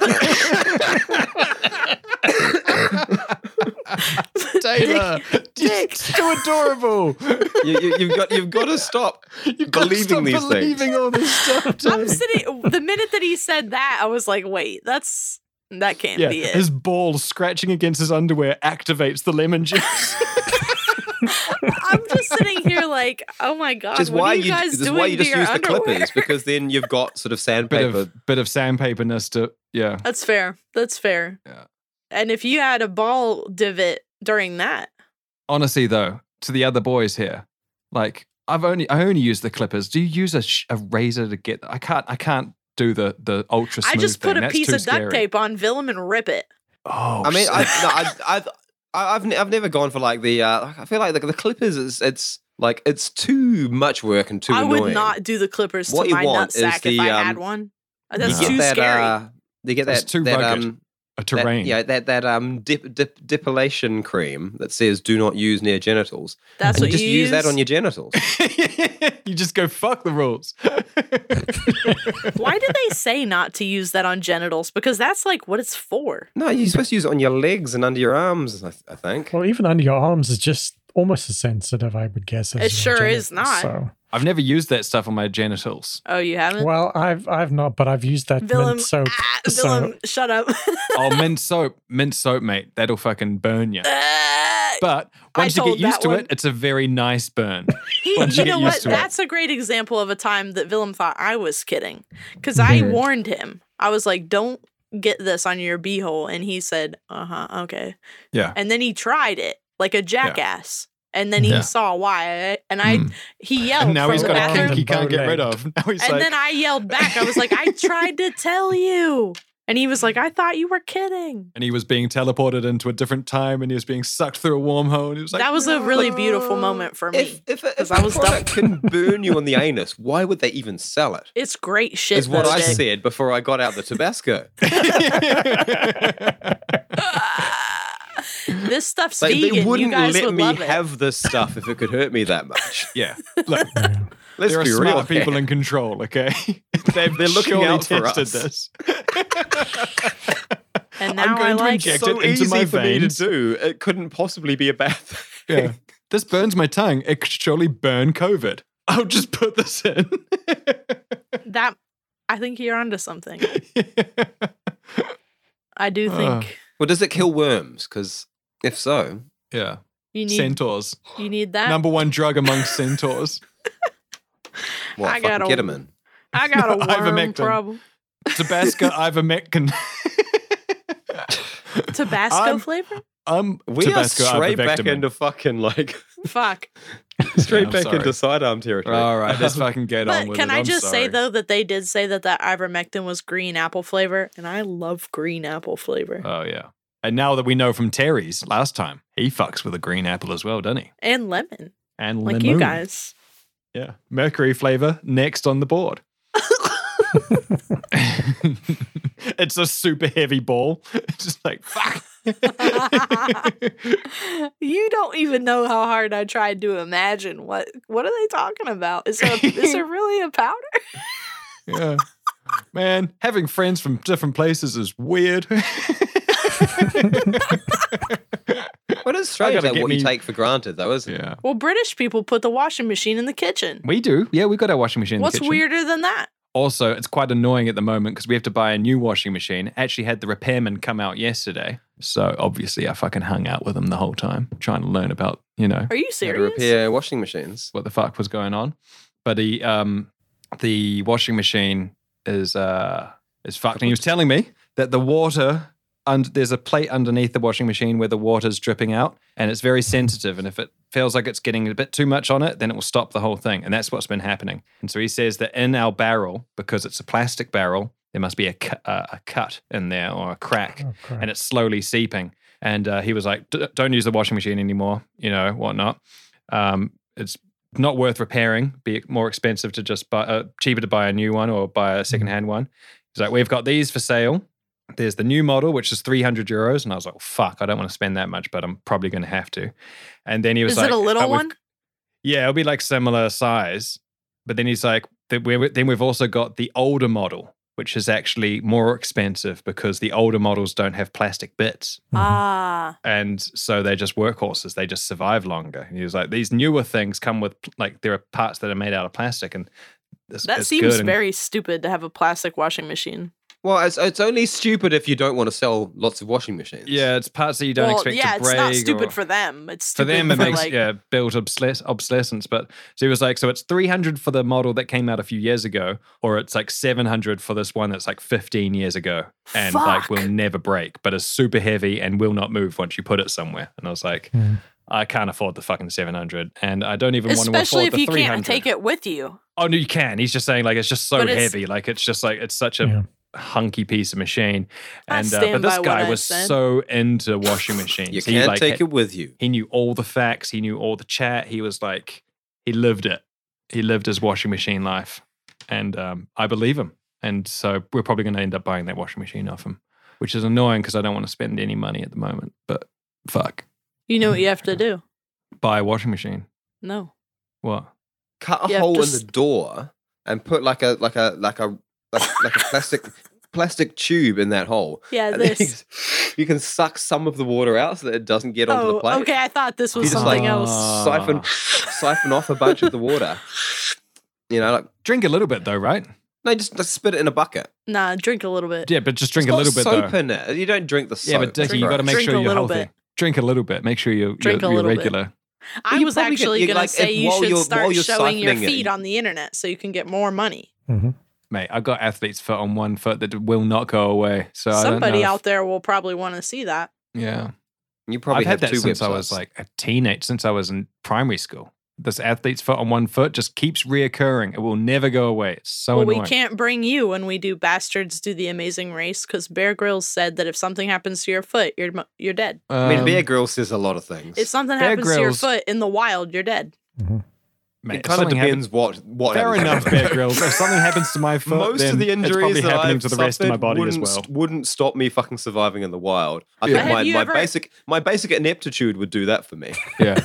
Speaker 1: Taylor,
Speaker 2: Dick.
Speaker 1: so adorable.
Speaker 3: you, you, you've got you've got to stop
Speaker 1: You've got to
Speaker 3: believing
Speaker 1: stop
Speaker 3: these
Speaker 1: believing
Speaker 3: things.
Speaker 1: all this stuff.
Speaker 2: I'm
Speaker 1: Jake.
Speaker 2: sitting. The minute that he said that, I was like, "Wait, that's that can't
Speaker 1: yeah,
Speaker 2: be it."
Speaker 1: his ball scratching against his underwear activates the lemon juice.
Speaker 2: I'm just sitting here like, "Oh my god,
Speaker 3: Just
Speaker 2: what
Speaker 3: why
Speaker 2: are you
Speaker 3: you,
Speaker 2: guys
Speaker 3: this is
Speaker 2: doing
Speaker 3: why you
Speaker 2: to
Speaker 3: just
Speaker 2: your
Speaker 3: use the
Speaker 2: underwear?"
Speaker 3: clippers because then you've got sort of
Speaker 1: bit
Speaker 3: sandpaper.
Speaker 1: of bit of sandpaperness to yeah.
Speaker 2: That's fair. That's fair.
Speaker 1: Yeah.
Speaker 2: And if you had a ball divot during that,
Speaker 1: honestly though to the other boys here like i've only i only use the clippers do you use a, sh- a razor to get i can't i can't do the the ultra smooth
Speaker 2: I just put
Speaker 1: thing.
Speaker 2: a
Speaker 1: That's
Speaker 2: piece
Speaker 1: too
Speaker 2: of duct
Speaker 1: scary.
Speaker 2: tape on Willem and rip it.
Speaker 1: oh
Speaker 3: I mean, I,
Speaker 1: shit.
Speaker 3: no, I, I've I- I've ne- I've never gone for like the. Uh, I feel like the, the clippers is it's like it's too much work and too
Speaker 2: I
Speaker 3: annoying.
Speaker 2: would not do the clippers
Speaker 3: What
Speaker 2: to
Speaker 3: you
Speaker 2: my
Speaker 3: want is
Speaker 2: nutsack
Speaker 3: the,
Speaker 2: if I had
Speaker 3: um,
Speaker 2: one. Uh,
Speaker 1: you
Speaker 2: That's
Speaker 1: get
Speaker 2: too
Speaker 3: that,
Speaker 2: scary.
Speaker 3: Uh, you get
Speaker 1: That's
Speaker 3: that
Speaker 1: too
Speaker 3: that,
Speaker 1: rugged.
Speaker 3: um,
Speaker 1: a
Speaker 3: that,
Speaker 1: terrain
Speaker 3: yeah, that that um dip, dip, depilation cream that says "do not use near genitals."
Speaker 2: That's
Speaker 3: and
Speaker 2: what
Speaker 3: you just
Speaker 2: you
Speaker 3: use that on your genitals.
Speaker 1: you just go fuck the rules
Speaker 2: Why do they say not to use that on genitals? Because that's like what it's for.
Speaker 3: No, you're supposed to use it on your legs and under your arms. I, th- I think.
Speaker 4: Well, even under your arms is just almost as sensitive, I would guess. As
Speaker 2: It
Speaker 4: your
Speaker 2: sure is
Speaker 4: genitals,
Speaker 2: not.
Speaker 4: So.
Speaker 1: i've never used that stuff on my genitals
Speaker 2: Oh, you haven't?
Speaker 4: Well, I've I've not, but I've used that
Speaker 2: Willem,
Speaker 4: mint soap.
Speaker 2: ah,
Speaker 4: so-
Speaker 2: Willem, shut up.
Speaker 1: oh mint soap mint soap mate that'll fucking burn you
Speaker 2: Ah,
Speaker 1: but
Speaker 2: I
Speaker 1: once you get
Speaker 2: told that
Speaker 1: used to
Speaker 2: one.
Speaker 1: it it's a very nice burn
Speaker 2: he,
Speaker 1: Once
Speaker 2: you
Speaker 1: you get
Speaker 2: know
Speaker 1: used
Speaker 2: what?
Speaker 1: to it.
Speaker 2: That's a great example of a time that Willem thought I was kidding. Because I
Speaker 1: Mm-hmm.
Speaker 4: Mhm.
Speaker 2: warned him. I was like, don't get this on your beehole. And he said, uh huh, okay.
Speaker 1: yeah
Speaker 2: And then he tried it like a jackass. And then he
Speaker 1: Yeah.
Speaker 2: saw why. And I,
Speaker 1: Mm.
Speaker 2: he yelled
Speaker 1: and now
Speaker 2: from
Speaker 1: he's
Speaker 2: the
Speaker 1: got a
Speaker 2: bathroom.
Speaker 1: kink he can't get
Speaker 4: Bow
Speaker 1: rid
Speaker 4: leg.
Speaker 1: of now he's
Speaker 2: and
Speaker 1: like
Speaker 2: then I yelled back. I was like, I tried to tell you. And he was like, I thought you were kidding.
Speaker 1: and he was being teleported into a different time and he was being sucked through a wormhole and he was like
Speaker 2: that was a really beautiful moment for me.
Speaker 3: If if, a- if
Speaker 2: 'Cause
Speaker 3: a
Speaker 2: I was dumb.
Speaker 3: product can burn you on the anus, why would they even sell it?
Speaker 2: it's great shit.
Speaker 3: Is what
Speaker 2: though,
Speaker 3: I
Speaker 2: Jake.
Speaker 3: said before I got out the Tabasco.
Speaker 2: this stuff's
Speaker 3: Like,
Speaker 2: vegan.
Speaker 3: they wouldn't
Speaker 2: you guys
Speaker 3: let
Speaker 2: would
Speaker 3: me
Speaker 2: love it.
Speaker 3: have this stuff if it could hurt me that much.
Speaker 1: yeah look
Speaker 3: Let's
Speaker 1: there are
Speaker 3: be
Speaker 1: smart
Speaker 3: real. here.
Speaker 1: people in control okay They've,
Speaker 3: They're looking
Speaker 1: surely
Speaker 3: out for
Speaker 1: tested
Speaker 3: us.
Speaker 1: this
Speaker 2: and
Speaker 1: I'm
Speaker 2: now
Speaker 1: going
Speaker 2: I
Speaker 1: to
Speaker 2: like
Speaker 1: inject- Inject
Speaker 2: it.
Speaker 3: so
Speaker 1: it into
Speaker 3: easy
Speaker 1: my
Speaker 3: for
Speaker 1: veins.
Speaker 3: me to do. It couldn't possibly be a bad thing.
Speaker 1: yeah this burns my tongue it could surely burn covid i'll just put this in
Speaker 2: that. I think you're onto something. I do
Speaker 1: Ah.
Speaker 2: think
Speaker 3: Well, does it kill worms? Because if so,
Speaker 1: yeah
Speaker 2: you need
Speaker 1: centaurs
Speaker 2: you need that.
Speaker 1: number one drug amongst centaurs
Speaker 3: well,
Speaker 2: I
Speaker 3: fucking
Speaker 2: gotta-
Speaker 3: get 'em in.
Speaker 2: I got a worm
Speaker 1: Ivermectin.
Speaker 2: problem.
Speaker 1: tabasco ivermectin
Speaker 2: Tabasco
Speaker 1: I'm-
Speaker 2: flavor?
Speaker 1: um
Speaker 3: We
Speaker 1: tabasco
Speaker 3: are straight back
Speaker 1: ivermectin.
Speaker 3: into fucking like
Speaker 2: Fuck.
Speaker 3: straight
Speaker 1: I'm
Speaker 3: back
Speaker 1: sorry.
Speaker 3: into sidearm territory.
Speaker 1: all right let's fucking get on
Speaker 2: But
Speaker 1: with
Speaker 2: can
Speaker 1: it
Speaker 2: I
Speaker 1: I'm
Speaker 2: just say
Speaker 1: sorry.
Speaker 2: though that they did say that that ivermectin was green apple flavor, and I love green apple flavor
Speaker 1: Oh yeah. And now that we know from Terry's last time, he fucks with a green apple as well, doesn't he?
Speaker 2: and lemon,
Speaker 1: And
Speaker 2: like
Speaker 1: lemon.
Speaker 2: you guys.
Speaker 1: Yeah. Mercury flavor next on the board. it's a super heavy ball. It's just like fuck.
Speaker 2: you don't even know how hard I tried to imagine what what are they talking about? Is there is there really a powder?
Speaker 1: yeah. Man, having friends from different places is weird.
Speaker 3: What is strange
Speaker 1: gotta
Speaker 3: like,
Speaker 1: get
Speaker 3: what you
Speaker 1: me-
Speaker 3: take for granted though, isn't it?
Speaker 1: yeah.
Speaker 2: Well, British people put the washing machine in the kitchen.
Speaker 1: We do. Yeah, we got our washing machine. in the
Speaker 2: What's
Speaker 1: kitchen.
Speaker 2: weirder than that?
Speaker 1: Also, it's quite annoying at the moment because we have to buy a new washing machine. Actually, had the repairman come out yesterday. So obviously, I fucking hung out with him the whole time, trying to learn about, you know,
Speaker 2: Are you
Speaker 3: How to
Speaker 2: serious?
Speaker 3: repair washing machines.
Speaker 1: what the fuck was going on. But he, um, the washing machine is uh, is fucked, and he was telling me that the water under there's a plate underneath the washing machine where the water's dripping out, and it's very sensitive. And if it feels like it's getting a bit too much on it, then it will stop the whole thing, and that's what's been happening. And so he says that in our barrel, because it's a plastic barrel, there must be a cu- uh, a cut in there or a crack
Speaker 4: Oh, crap.
Speaker 1: and it's slowly seeping. And uh, he was like, "D- "Don't use the washing machine anymore, you know, whatnot. Um, it's not worth repairing. Be it more expensive to just buy, uh, cheaper to buy a new one or buy
Speaker 2: Mm-hmm.
Speaker 1: a secondhand one." He's like, "We've got these for sale. There's the new model, which is 300 euros." And I was like, "Fuck, I don't want to spend that much, but I'm probably going to have to." And then he was
Speaker 2: Is
Speaker 1: like,
Speaker 2: it a
Speaker 1: "Uh,
Speaker 2: little
Speaker 1: we've-
Speaker 2: one?
Speaker 1: yeah, it'll be like similar size. But then he's like, that we then we've also got the older model, which is actually more expensive because the older models don't have plastic bits.
Speaker 2: Ah,
Speaker 1: And so they're just workhorses. They just survive longer. And he was like, these newer things come with, like, there are parts that are made out of plastic. And it's-
Speaker 2: that
Speaker 1: Mm-hmm. it's
Speaker 2: seems
Speaker 1: good and-
Speaker 2: very stupid to have a plastic washing machine.
Speaker 3: Well, it's, it's only stupid if you don't want to sell lots of washing machines.
Speaker 1: Yeah, it's parts that you don't
Speaker 2: well,
Speaker 1: expect
Speaker 2: yeah,
Speaker 1: to
Speaker 2: it's
Speaker 1: break.
Speaker 2: not stupid
Speaker 1: or-
Speaker 2: for them. It's
Speaker 1: for
Speaker 2: stupid
Speaker 1: them it makes
Speaker 2: like,
Speaker 1: yeah built obsoles- obsolescence but so he was like so it's 300 for the model that came out a few years ago or it's like 700 for this one that's like 15 years ago and like will
Speaker 2: Fuck.
Speaker 1: never break but is super heavy and will not move once you put it somewhere and i was like
Speaker 4: Hmm.
Speaker 1: i can't afford the fucking 700 and i don't even want to afford
Speaker 2: especially if
Speaker 1: the
Speaker 2: you
Speaker 1: 300
Speaker 2: can't take it with you.
Speaker 1: oh no you can he's just saying like it's just so
Speaker 2: But it's-
Speaker 1: heavy like it's just like it's such a
Speaker 4: Yeah.
Speaker 1: hunky piece of machine
Speaker 2: I
Speaker 1: and uh, but
Speaker 2: stand by
Speaker 1: this
Speaker 2: what
Speaker 1: guy
Speaker 2: I
Speaker 1: was
Speaker 2: said.
Speaker 1: so into washing machines
Speaker 3: You
Speaker 1: He,
Speaker 3: can't
Speaker 1: like,
Speaker 3: take it with you.
Speaker 1: he knew all the facts. He knew all the chat. He was like, he lived it. He lived his washing machine life. And um, I believe him. And so we're probably going to end up buying that washing machine off him, which is annoying because I don't want to spend any money at the moment. But fuck,
Speaker 2: You know what you have to do.
Speaker 1: buy a washing machine.
Speaker 2: No.
Speaker 1: What?
Speaker 3: Cut a
Speaker 2: You have
Speaker 3: hole
Speaker 2: to
Speaker 3: in the door and put like a like a like a like, like a plastic plastic tube in that hole.
Speaker 2: Yeah,
Speaker 3: And then you
Speaker 2: this.
Speaker 3: can- you can suck some of the water out so that it doesn't get onto the
Speaker 2: Oh,
Speaker 3: plate.
Speaker 2: okay. I thought this
Speaker 3: You
Speaker 2: was
Speaker 3: just,
Speaker 2: something
Speaker 3: like-
Speaker 2: else.
Speaker 3: Siphon
Speaker 1: Ah.
Speaker 3: siphon off a bunch of the water. You know, like
Speaker 1: Drink a little bit though, right?
Speaker 3: no, just, just spit it in a bucket.
Speaker 2: Nah, drink a little bit.
Speaker 1: Yeah, but just drink a
Speaker 3: It's got
Speaker 1: little bit
Speaker 3: soap
Speaker 1: though.
Speaker 3: in it. You don't drink the soap.
Speaker 1: Yeah, but
Speaker 3: That's
Speaker 1: Dickie, you got to
Speaker 3: gross.
Speaker 1: make
Speaker 2: Drink
Speaker 1: sure
Speaker 2: a
Speaker 1: you're
Speaker 2: little
Speaker 1: healthy.
Speaker 2: bit.
Speaker 1: Drink a little bit. Make sure you're,
Speaker 2: Drink a
Speaker 1: you're, you're
Speaker 2: little bit.
Speaker 1: regular.
Speaker 2: I
Speaker 3: you
Speaker 2: was
Speaker 3: probably get-
Speaker 2: actually
Speaker 3: you-
Speaker 2: gonna
Speaker 3: like,
Speaker 2: say
Speaker 3: if-
Speaker 2: you
Speaker 3: while
Speaker 2: should
Speaker 3: you're- while
Speaker 2: start
Speaker 3: you're
Speaker 2: showing your
Speaker 3: siphoning it,
Speaker 2: feet
Speaker 3: you-
Speaker 2: on the internet so you can get more money.
Speaker 4: Mhm.
Speaker 1: Mate, I've got athlete's foot on one foot that will not go away. So I don't know
Speaker 2: Somebody
Speaker 1: if-
Speaker 2: out there will probably want to see that.
Speaker 1: Yeah.
Speaker 3: You probably
Speaker 1: I've had that
Speaker 3: have two
Speaker 1: since I was
Speaker 3: websites.
Speaker 1: like a teenage, since I was in primary school. This athlete's foot on one foot just keeps reoccurring. It will never go away. It's so
Speaker 2: well,
Speaker 1: annoying.
Speaker 2: we can't bring you when we do bastards do the amazing race because Bear Grylls said that if something happens to your foot, you're mo- you're dead.
Speaker 3: I mean,
Speaker 1: Um,
Speaker 3: Bear Grylls says a lot of things.
Speaker 2: If something
Speaker 1: Bear
Speaker 2: happens to your
Speaker 1: Grylls-
Speaker 2: foot in the wild, you're dead.
Speaker 1: mate,
Speaker 3: it
Speaker 1: if
Speaker 3: kind of
Speaker 1: something happens-
Speaker 3: depends what what.
Speaker 1: Fair
Speaker 3: happens.
Speaker 1: enough, Bear Grylls. If something happens to my foot,
Speaker 3: Most
Speaker 1: then
Speaker 3: of the
Speaker 1: it's
Speaker 3: injuries
Speaker 1: probably
Speaker 3: that
Speaker 1: happening
Speaker 3: I've
Speaker 1: to the rest of my
Speaker 3: suffered
Speaker 1: body as
Speaker 3: wouldn't
Speaker 1: well.
Speaker 3: st- wouldn't stop me fucking surviving in the wild. I
Speaker 1: Yeah.
Speaker 3: think
Speaker 2: Have
Speaker 3: my,
Speaker 2: you
Speaker 3: my
Speaker 2: ever-
Speaker 3: basic my basic ineptitude would do that for me.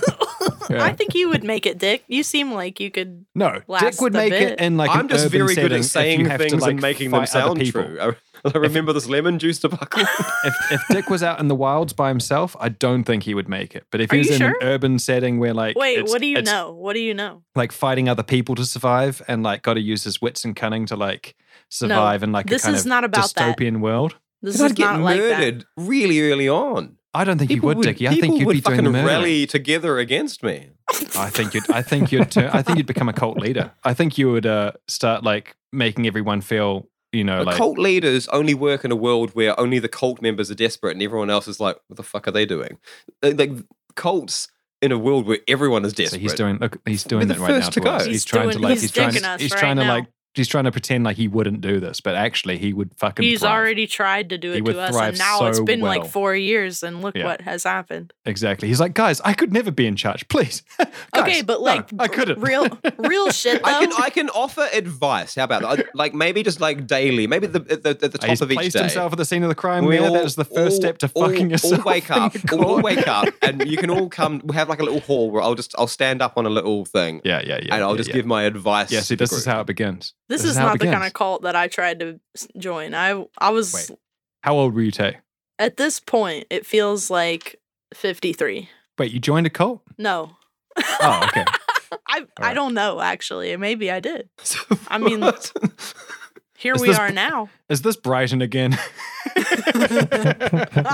Speaker 1: Yeah.
Speaker 2: I
Speaker 1: Yeah.
Speaker 2: think you would make it, Dick. You seem like you could.
Speaker 1: No, Dick
Speaker 2: Last
Speaker 1: would
Speaker 2: the
Speaker 1: make
Speaker 2: bit.
Speaker 1: it in like an
Speaker 3: I'm just
Speaker 1: urban
Speaker 3: very good
Speaker 1: setting
Speaker 3: at
Speaker 1: if you
Speaker 3: saying
Speaker 1: have to,
Speaker 3: things
Speaker 1: like,
Speaker 3: and making them
Speaker 1: fight other
Speaker 3: sound
Speaker 1: people.
Speaker 3: true. I, I remember this lemon juice debacle.
Speaker 1: if, if Dick was out in the wilds by himself, I don't think he would make it. But if
Speaker 2: Are
Speaker 1: he was
Speaker 2: you
Speaker 1: in an
Speaker 2: sure?
Speaker 1: urban setting where like
Speaker 2: Wait,
Speaker 1: it's-
Speaker 2: what do you
Speaker 1: it's
Speaker 2: know? What do you know?
Speaker 1: like fighting other people to survive and like got to use his wits and cunning to like survive in like
Speaker 2: this
Speaker 1: a kind
Speaker 2: is
Speaker 1: of
Speaker 2: not about that.
Speaker 1: dystopian world.
Speaker 2: This
Speaker 3: I'd
Speaker 2: is
Speaker 3: get
Speaker 2: not like that.
Speaker 3: murdered really early on.
Speaker 1: I don't think you would, Dickie. I
Speaker 3: people
Speaker 1: think you'd
Speaker 3: would
Speaker 1: be doing
Speaker 3: fucking
Speaker 1: the murdering.
Speaker 3: rally together against me.
Speaker 1: I think you'd. I think you'd. Turn, I think you'd become a cult leader. I think you would uh, start like making everyone feel, you know,
Speaker 3: But
Speaker 1: like
Speaker 3: cult leaders only work in a world where only the cult members are desperate and everyone else is like, "What the fuck are they doing?" Uh, Like cults in a world where everyone is desperate.
Speaker 1: So he's doing. Look, he's doing that
Speaker 3: We're the
Speaker 1: right now.
Speaker 3: first to
Speaker 1: To us.
Speaker 3: go.
Speaker 1: He's,
Speaker 2: He's
Speaker 1: trying to
Speaker 2: doing-
Speaker 1: like.
Speaker 2: he's
Speaker 1: He's, trying.
Speaker 2: dicking
Speaker 1: To,
Speaker 2: us
Speaker 1: he's
Speaker 2: right
Speaker 1: trying to
Speaker 2: now.
Speaker 1: like. He's trying to pretend like he wouldn't do this, but actually he would fucking.
Speaker 2: He's
Speaker 1: thrive.
Speaker 2: already tried to do
Speaker 1: He
Speaker 2: it
Speaker 1: would
Speaker 2: to us,
Speaker 1: thrive
Speaker 2: and now it's
Speaker 1: so
Speaker 2: been like
Speaker 1: well.
Speaker 2: four years, and look
Speaker 1: Yeah.
Speaker 2: what has happened.
Speaker 1: exactly. He's like, guys, I could never be in charge. Please, Guys,
Speaker 2: Okay, but
Speaker 1: no,
Speaker 2: like
Speaker 1: I couldn't.
Speaker 2: real, real shit though.
Speaker 3: I can I can offer advice. How about that? I- Like maybe just like daily, maybe the, at the at the top
Speaker 1: Uh, He's
Speaker 3: of each
Speaker 1: placed
Speaker 3: day.
Speaker 1: himself at the scene of the crime.
Speaker 3: we
Speaker 1: there,
Speaker 3: all-
Speaker 1: that is the first
Speaker 3: all-
Speaker 1: step to
Speaker 3: all-
Speaker 1: fucking yourself. Oh
Speaker 3: All wake up,
Speaker 1: in the
Speaker 3: all, all
Speaker 1: corner.
Speaker 3: wake up, and you can all come. We'll have like a little hall where I'll just I'll stand up on a little thing,
Speaker 1: Yeah, yeah, yeah.
Speaker 3: and I'll
Speaker 1: yeah,
Speaker 3: just
Speaker 1: yeah.
Speaker 3: give my advice.
Speaker 1: Yeah, see,
Speaker 3: to the
Speaker 1: this is
Speaker 3: group.
Speaker 1: how it begins.
Speaker 2: This, is,
Speaker 1: how it
Speaker 2: not the kind
Speaker 1: begins.
Speaker 2: of cult that I tried to s- join. I I was
Speaker 1: Wait. How old were you, Tay?
Speaker 2: at this point. It feels like fifty three.
Speaker 1: Wait, you joined a cult?
Speaker 2: No,
Speaker 1: Oh, okay.
Speaker 2: I I
Speaker 1: right.
Speaker 2: don't know actually. Maybe I did.
Speaker 5: So
Speaker 2: I mean-
Speaker 5: what?
Speaker 2: Here
Speaker 1: Is
Speaker 2: we
Speaker 1: this-
Speaker 2: are now.
Speaker 1: Is this Brighton again?
Speaker 3: Were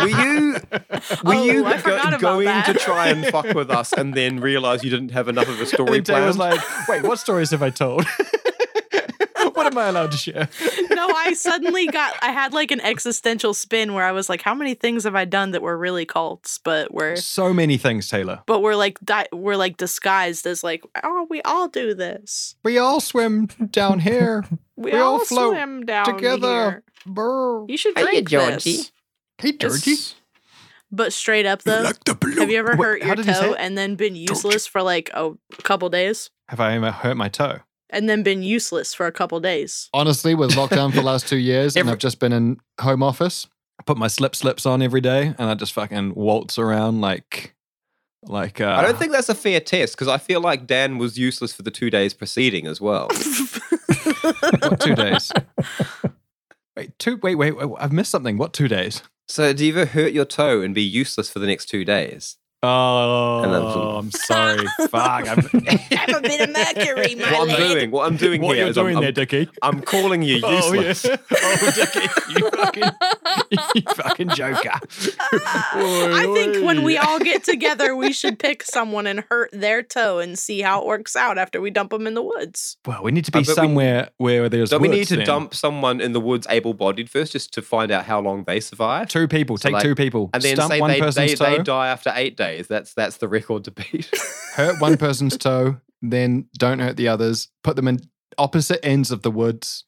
Speaker 3: you were
Speaker 2: Oh,
Speaker 3: you
Speaker 2: I forgot about
Speaker 3: going
Speaker 2: that.
Speaker 3: to try and fuck with us and then realize you didn't have enough of a
Speaker 1: And
Speaker 3: story
Speaker 1: Taylor was
Speaker 3: planned?
Speaker 1: like, wait, what stories have I told? what am I allowed to share?
Speaker 2: No, I suddenly got I had like an existential spin where I was like, how many things have I done that were really cults, but were
Speaker 1: So many things, Taylor.
Speaker 2: but we're like di- we're like disguised as like oh we all do this
Speaker 1: We all swim down here.
Speaker 2: we,
Speaker 1: We all
Speaker 2: all,
Speaker 1: float
Speaker 2: swim down
Speaker 1: together.
Speaker 2: here.
Speaker 1: Brr.
Speaker 2: You should
Speaker 3: Hiya,
Speaker 2: drink
Speaker 3: Georgie.
Speaker 2: this.
Speaker 1: Hey, Georgie.
Speaker 2: But straight up though, have you ever
Speaker 1: Wait,
Speaker 2: hurt
Speaker 1: how
Speaker 2: your
Speaker 1: did he say
Speaker 2: toe
Speaker 1: it?
Speaker 2: and then been useless for like a couple days,
Speaker 1: Have I ever hurt my toe?
Speaker 2: and then been useless for a couple days?
Speaker 1: Honestly, with lockdown for the last two years, and
Speaker 3: Every-
Speaker 1: I've just been in home office. I put my slip slips on every day, and I just fucking waltz around like, like. Uh,
Speaker 3: I don't think that's a fair test because I feel like Dan was useless for the two days preceding as well.
Speaker 1: what two days. Wait, two. Wait, wait, wait. I've missed something. What two days?
Speaker 3: so, do you ever hurt your toe and be useless for the next two days?
Speaker 1: Oh, I'm sorry. Fuck. I'm,
Speaker 2: Have a bit of mercury, my
Speaker 3: What I'm
Speaker 2: lady.
Speaker 3: doing, what I'm doing
Speaker 1: what
Speaker 3: here
Speaker 1: you're
Speaker 3: is I'm-
Speaker 1: doing there,
Speaker 3: I'm,
Speaker 1: Dickie?
Speaker 3: I'm calling you useless.
Speaker 1: Oh, yeah. oh Dickie, you fucking, you fucking joker.
Speaker 2: I think when we all get together, we should pick someone and hurt their toe and see how it works out after we dump them in the woods.
Speaker 1: Well, we need to
Speaker 3: Uh,
Speaker 1: be
Speaker 3: but we-
Speaker 1: somewhere where there's.
Speaker 3: Don't we need
Speaker 1: woods
Speaker 3: to
Speaker 1: then.
Speaker 3: dump someone in the woods able-bodied first, just to find out how long they survive?
Speaker 1: Two people.
Speaker 3: So,
Speaker 1: Take
Speaker 3: like-
Speaker 1: two people.
Speaker 3: and then
Speaker 1: Stump
Speaker 3: say
Speaker 1: one
Speaker 3: they,
Speaker 1: person's
Speaker 3: they,
Speaker 1: toe.
Speaker 3: they die after eight days. That's that's the record to beat.
Speaker 1: hurt one person's toe, then don't hurt the others. Put them in opposite ends of the woods,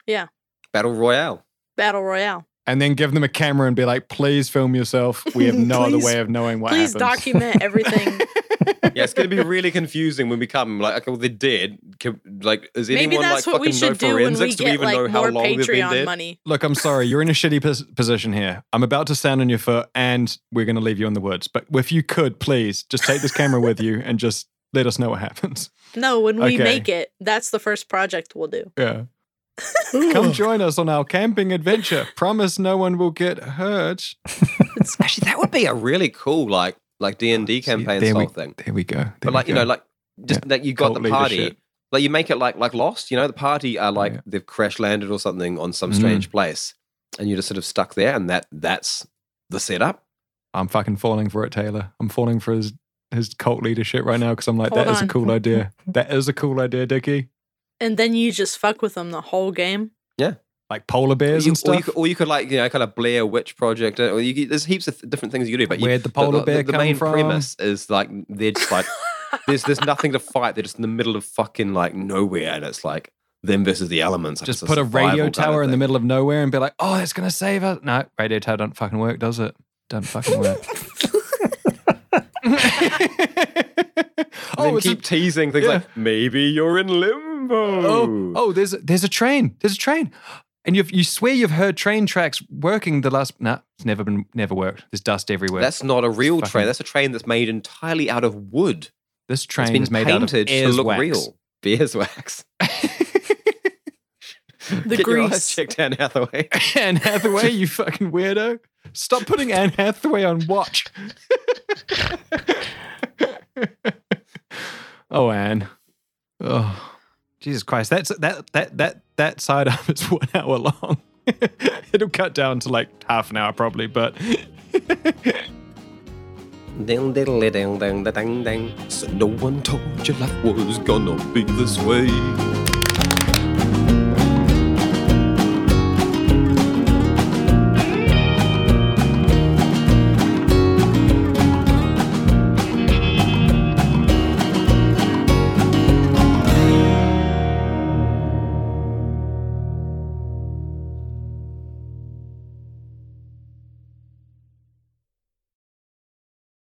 Speaker 3: Battle Royale.
Speaker 2: Battle Royale.
Speaker 1: and then give them a camera and be like, "Please film yourself. We have no other
Speaker 2: Please-
Speaker 1: way of knowing what
Speaker 2: Please
Speaker 1: happens."
Speaker 2: document everything.
Speaker 3: Yeah, it's going to be really confusing when we come. Like, okay, well, they're dead. Can, like, is anyone
Speaker 2: Maybe that's
Speaker 3: like
Speaker 2: what we
Speaker 3: fucking know
Speaker 2: should do when we
Speaker 3: forensics? do we
Speaker 2: get
Speaker 3: even know
Speaker 2: like
Speaker 3: how
Speaker 2: more
Speaker 3: long they've been
Speaker 2: Patreon
Speaker 3: dead?
Speaker 2: money.
Speaker 1: Look, I'm sorry. You're in a shitty pos- position here. I'm about to stand on your foot, and we're going to leave you in the woods. But if you could, please just take this camera with you and just let us know what happens.
Speaker 2: No, when we
Speaker 1: Okay.
Speaker 2: make it, that's the first project we'll do.
Speaker 1: Yeah. Come
Speaker 4: Ooh.
Speaker 1: join us on our camping adventure. Promise no one will get hurt.
Speaker 3: Actually, that would be a really cool like like D and D
Speaker 1: See,
Speaker 3: campaign
Speaker 1: there we-
Speaker 3: style thing.
Speaker 1: There we go.
Speaker 3: But like you know, like just that you got
Speaker 1: Cult
Speaker 3: the party.
Speaker 1: leadership.
Speaker 3: Like you make it like like Lost. You know, the party are like
Speaker 1: Yeah.
Speaker 3: they've crash landed or something on some
Speaker 1: Mm.
Speaker 3: strange place, and you're just sort of stuck there. And that that's the setup.
Speaker 1: I'm fucking falling for it, Taylor. I'm falling for his his cult leadership right now because I'm like,
Speaker 2: Hold
Speaker 1: that is
Speaker 2: on.
Speaker 1: a cool idea. That is a cool idea, Dickie.
Speaker 2: And then you just fuck with them the whole game.
Speaker 1: Like polar bears
Speaker 3: You-
Speaker 1: and
Speaker 3: or,
Speaker 1: stuff.
Speaker 3: you could, or you could like you know kind of Blair Witch Project. Or you, could- there's heaps of th- different things you could do. But you,
Speaker 1: Where'd the polar bear
Speaker 3: the,
Speaker 1: come
Speaker 3: main
Speaker 1: from?
Speaker 3: premise is like they're just like there's there's nothing to fight. They're just in the middle of fucking like nowhere, and it's like them versus the elements. Like,
Speaker 1: Just
Speaker 3: it's
Speaker 1: put a
Speaker 3: survival
Speaker 1: radio
Speaker 3: kind of
Speaker 1: tower in the
Speaker 3: thing.
Speaker 1: middle of nowhere and be like, oh, it's gonna save us. No, radio tower don't fucking work, does it? Don't fucking work.
Speaker 3: And then
Speaker 1: oh, it's a-
Speaker 3: keep teasing things
Speaker 1: yeah.
Speaker 3: like maybe you're in limbo.
Speaker 1: oh, oh, there's a, there's a train. There's a train. And you've, you swear you've heard train tracks working the last. Nah, it's never been, never worked. There's dust everywhere.
Speaker 3: That's not a real
Speaker 1: fucking-
Speaker 3: train. That's a train that's made entirely out of wood.
Speaker 1: this
Speaker 3: It's
Speaker 1: train
Speaker 3: been
Speaker 1: is made out of
Speaker 3: painted to look
Speaker 1: earwax.
Speaker 3: real. Beeswax.
Speaker 2: The
Speaker 3: Get your eyes
Speaker 2: grease.
Speaker 3: checked, Anne Hathaway.
Speaker 1: Anne Hathaway, you fucking weirdo. Stop putting Anne Hathaway on watch. oh, Anne. Oh, Jesus Christ. That's that that that that side up is one hour long. It'll cut down to like half an hour probably, but
Speaker 3: Ding, diddle, ding, ding, ding, ding. So no one told you life was gonna be this way.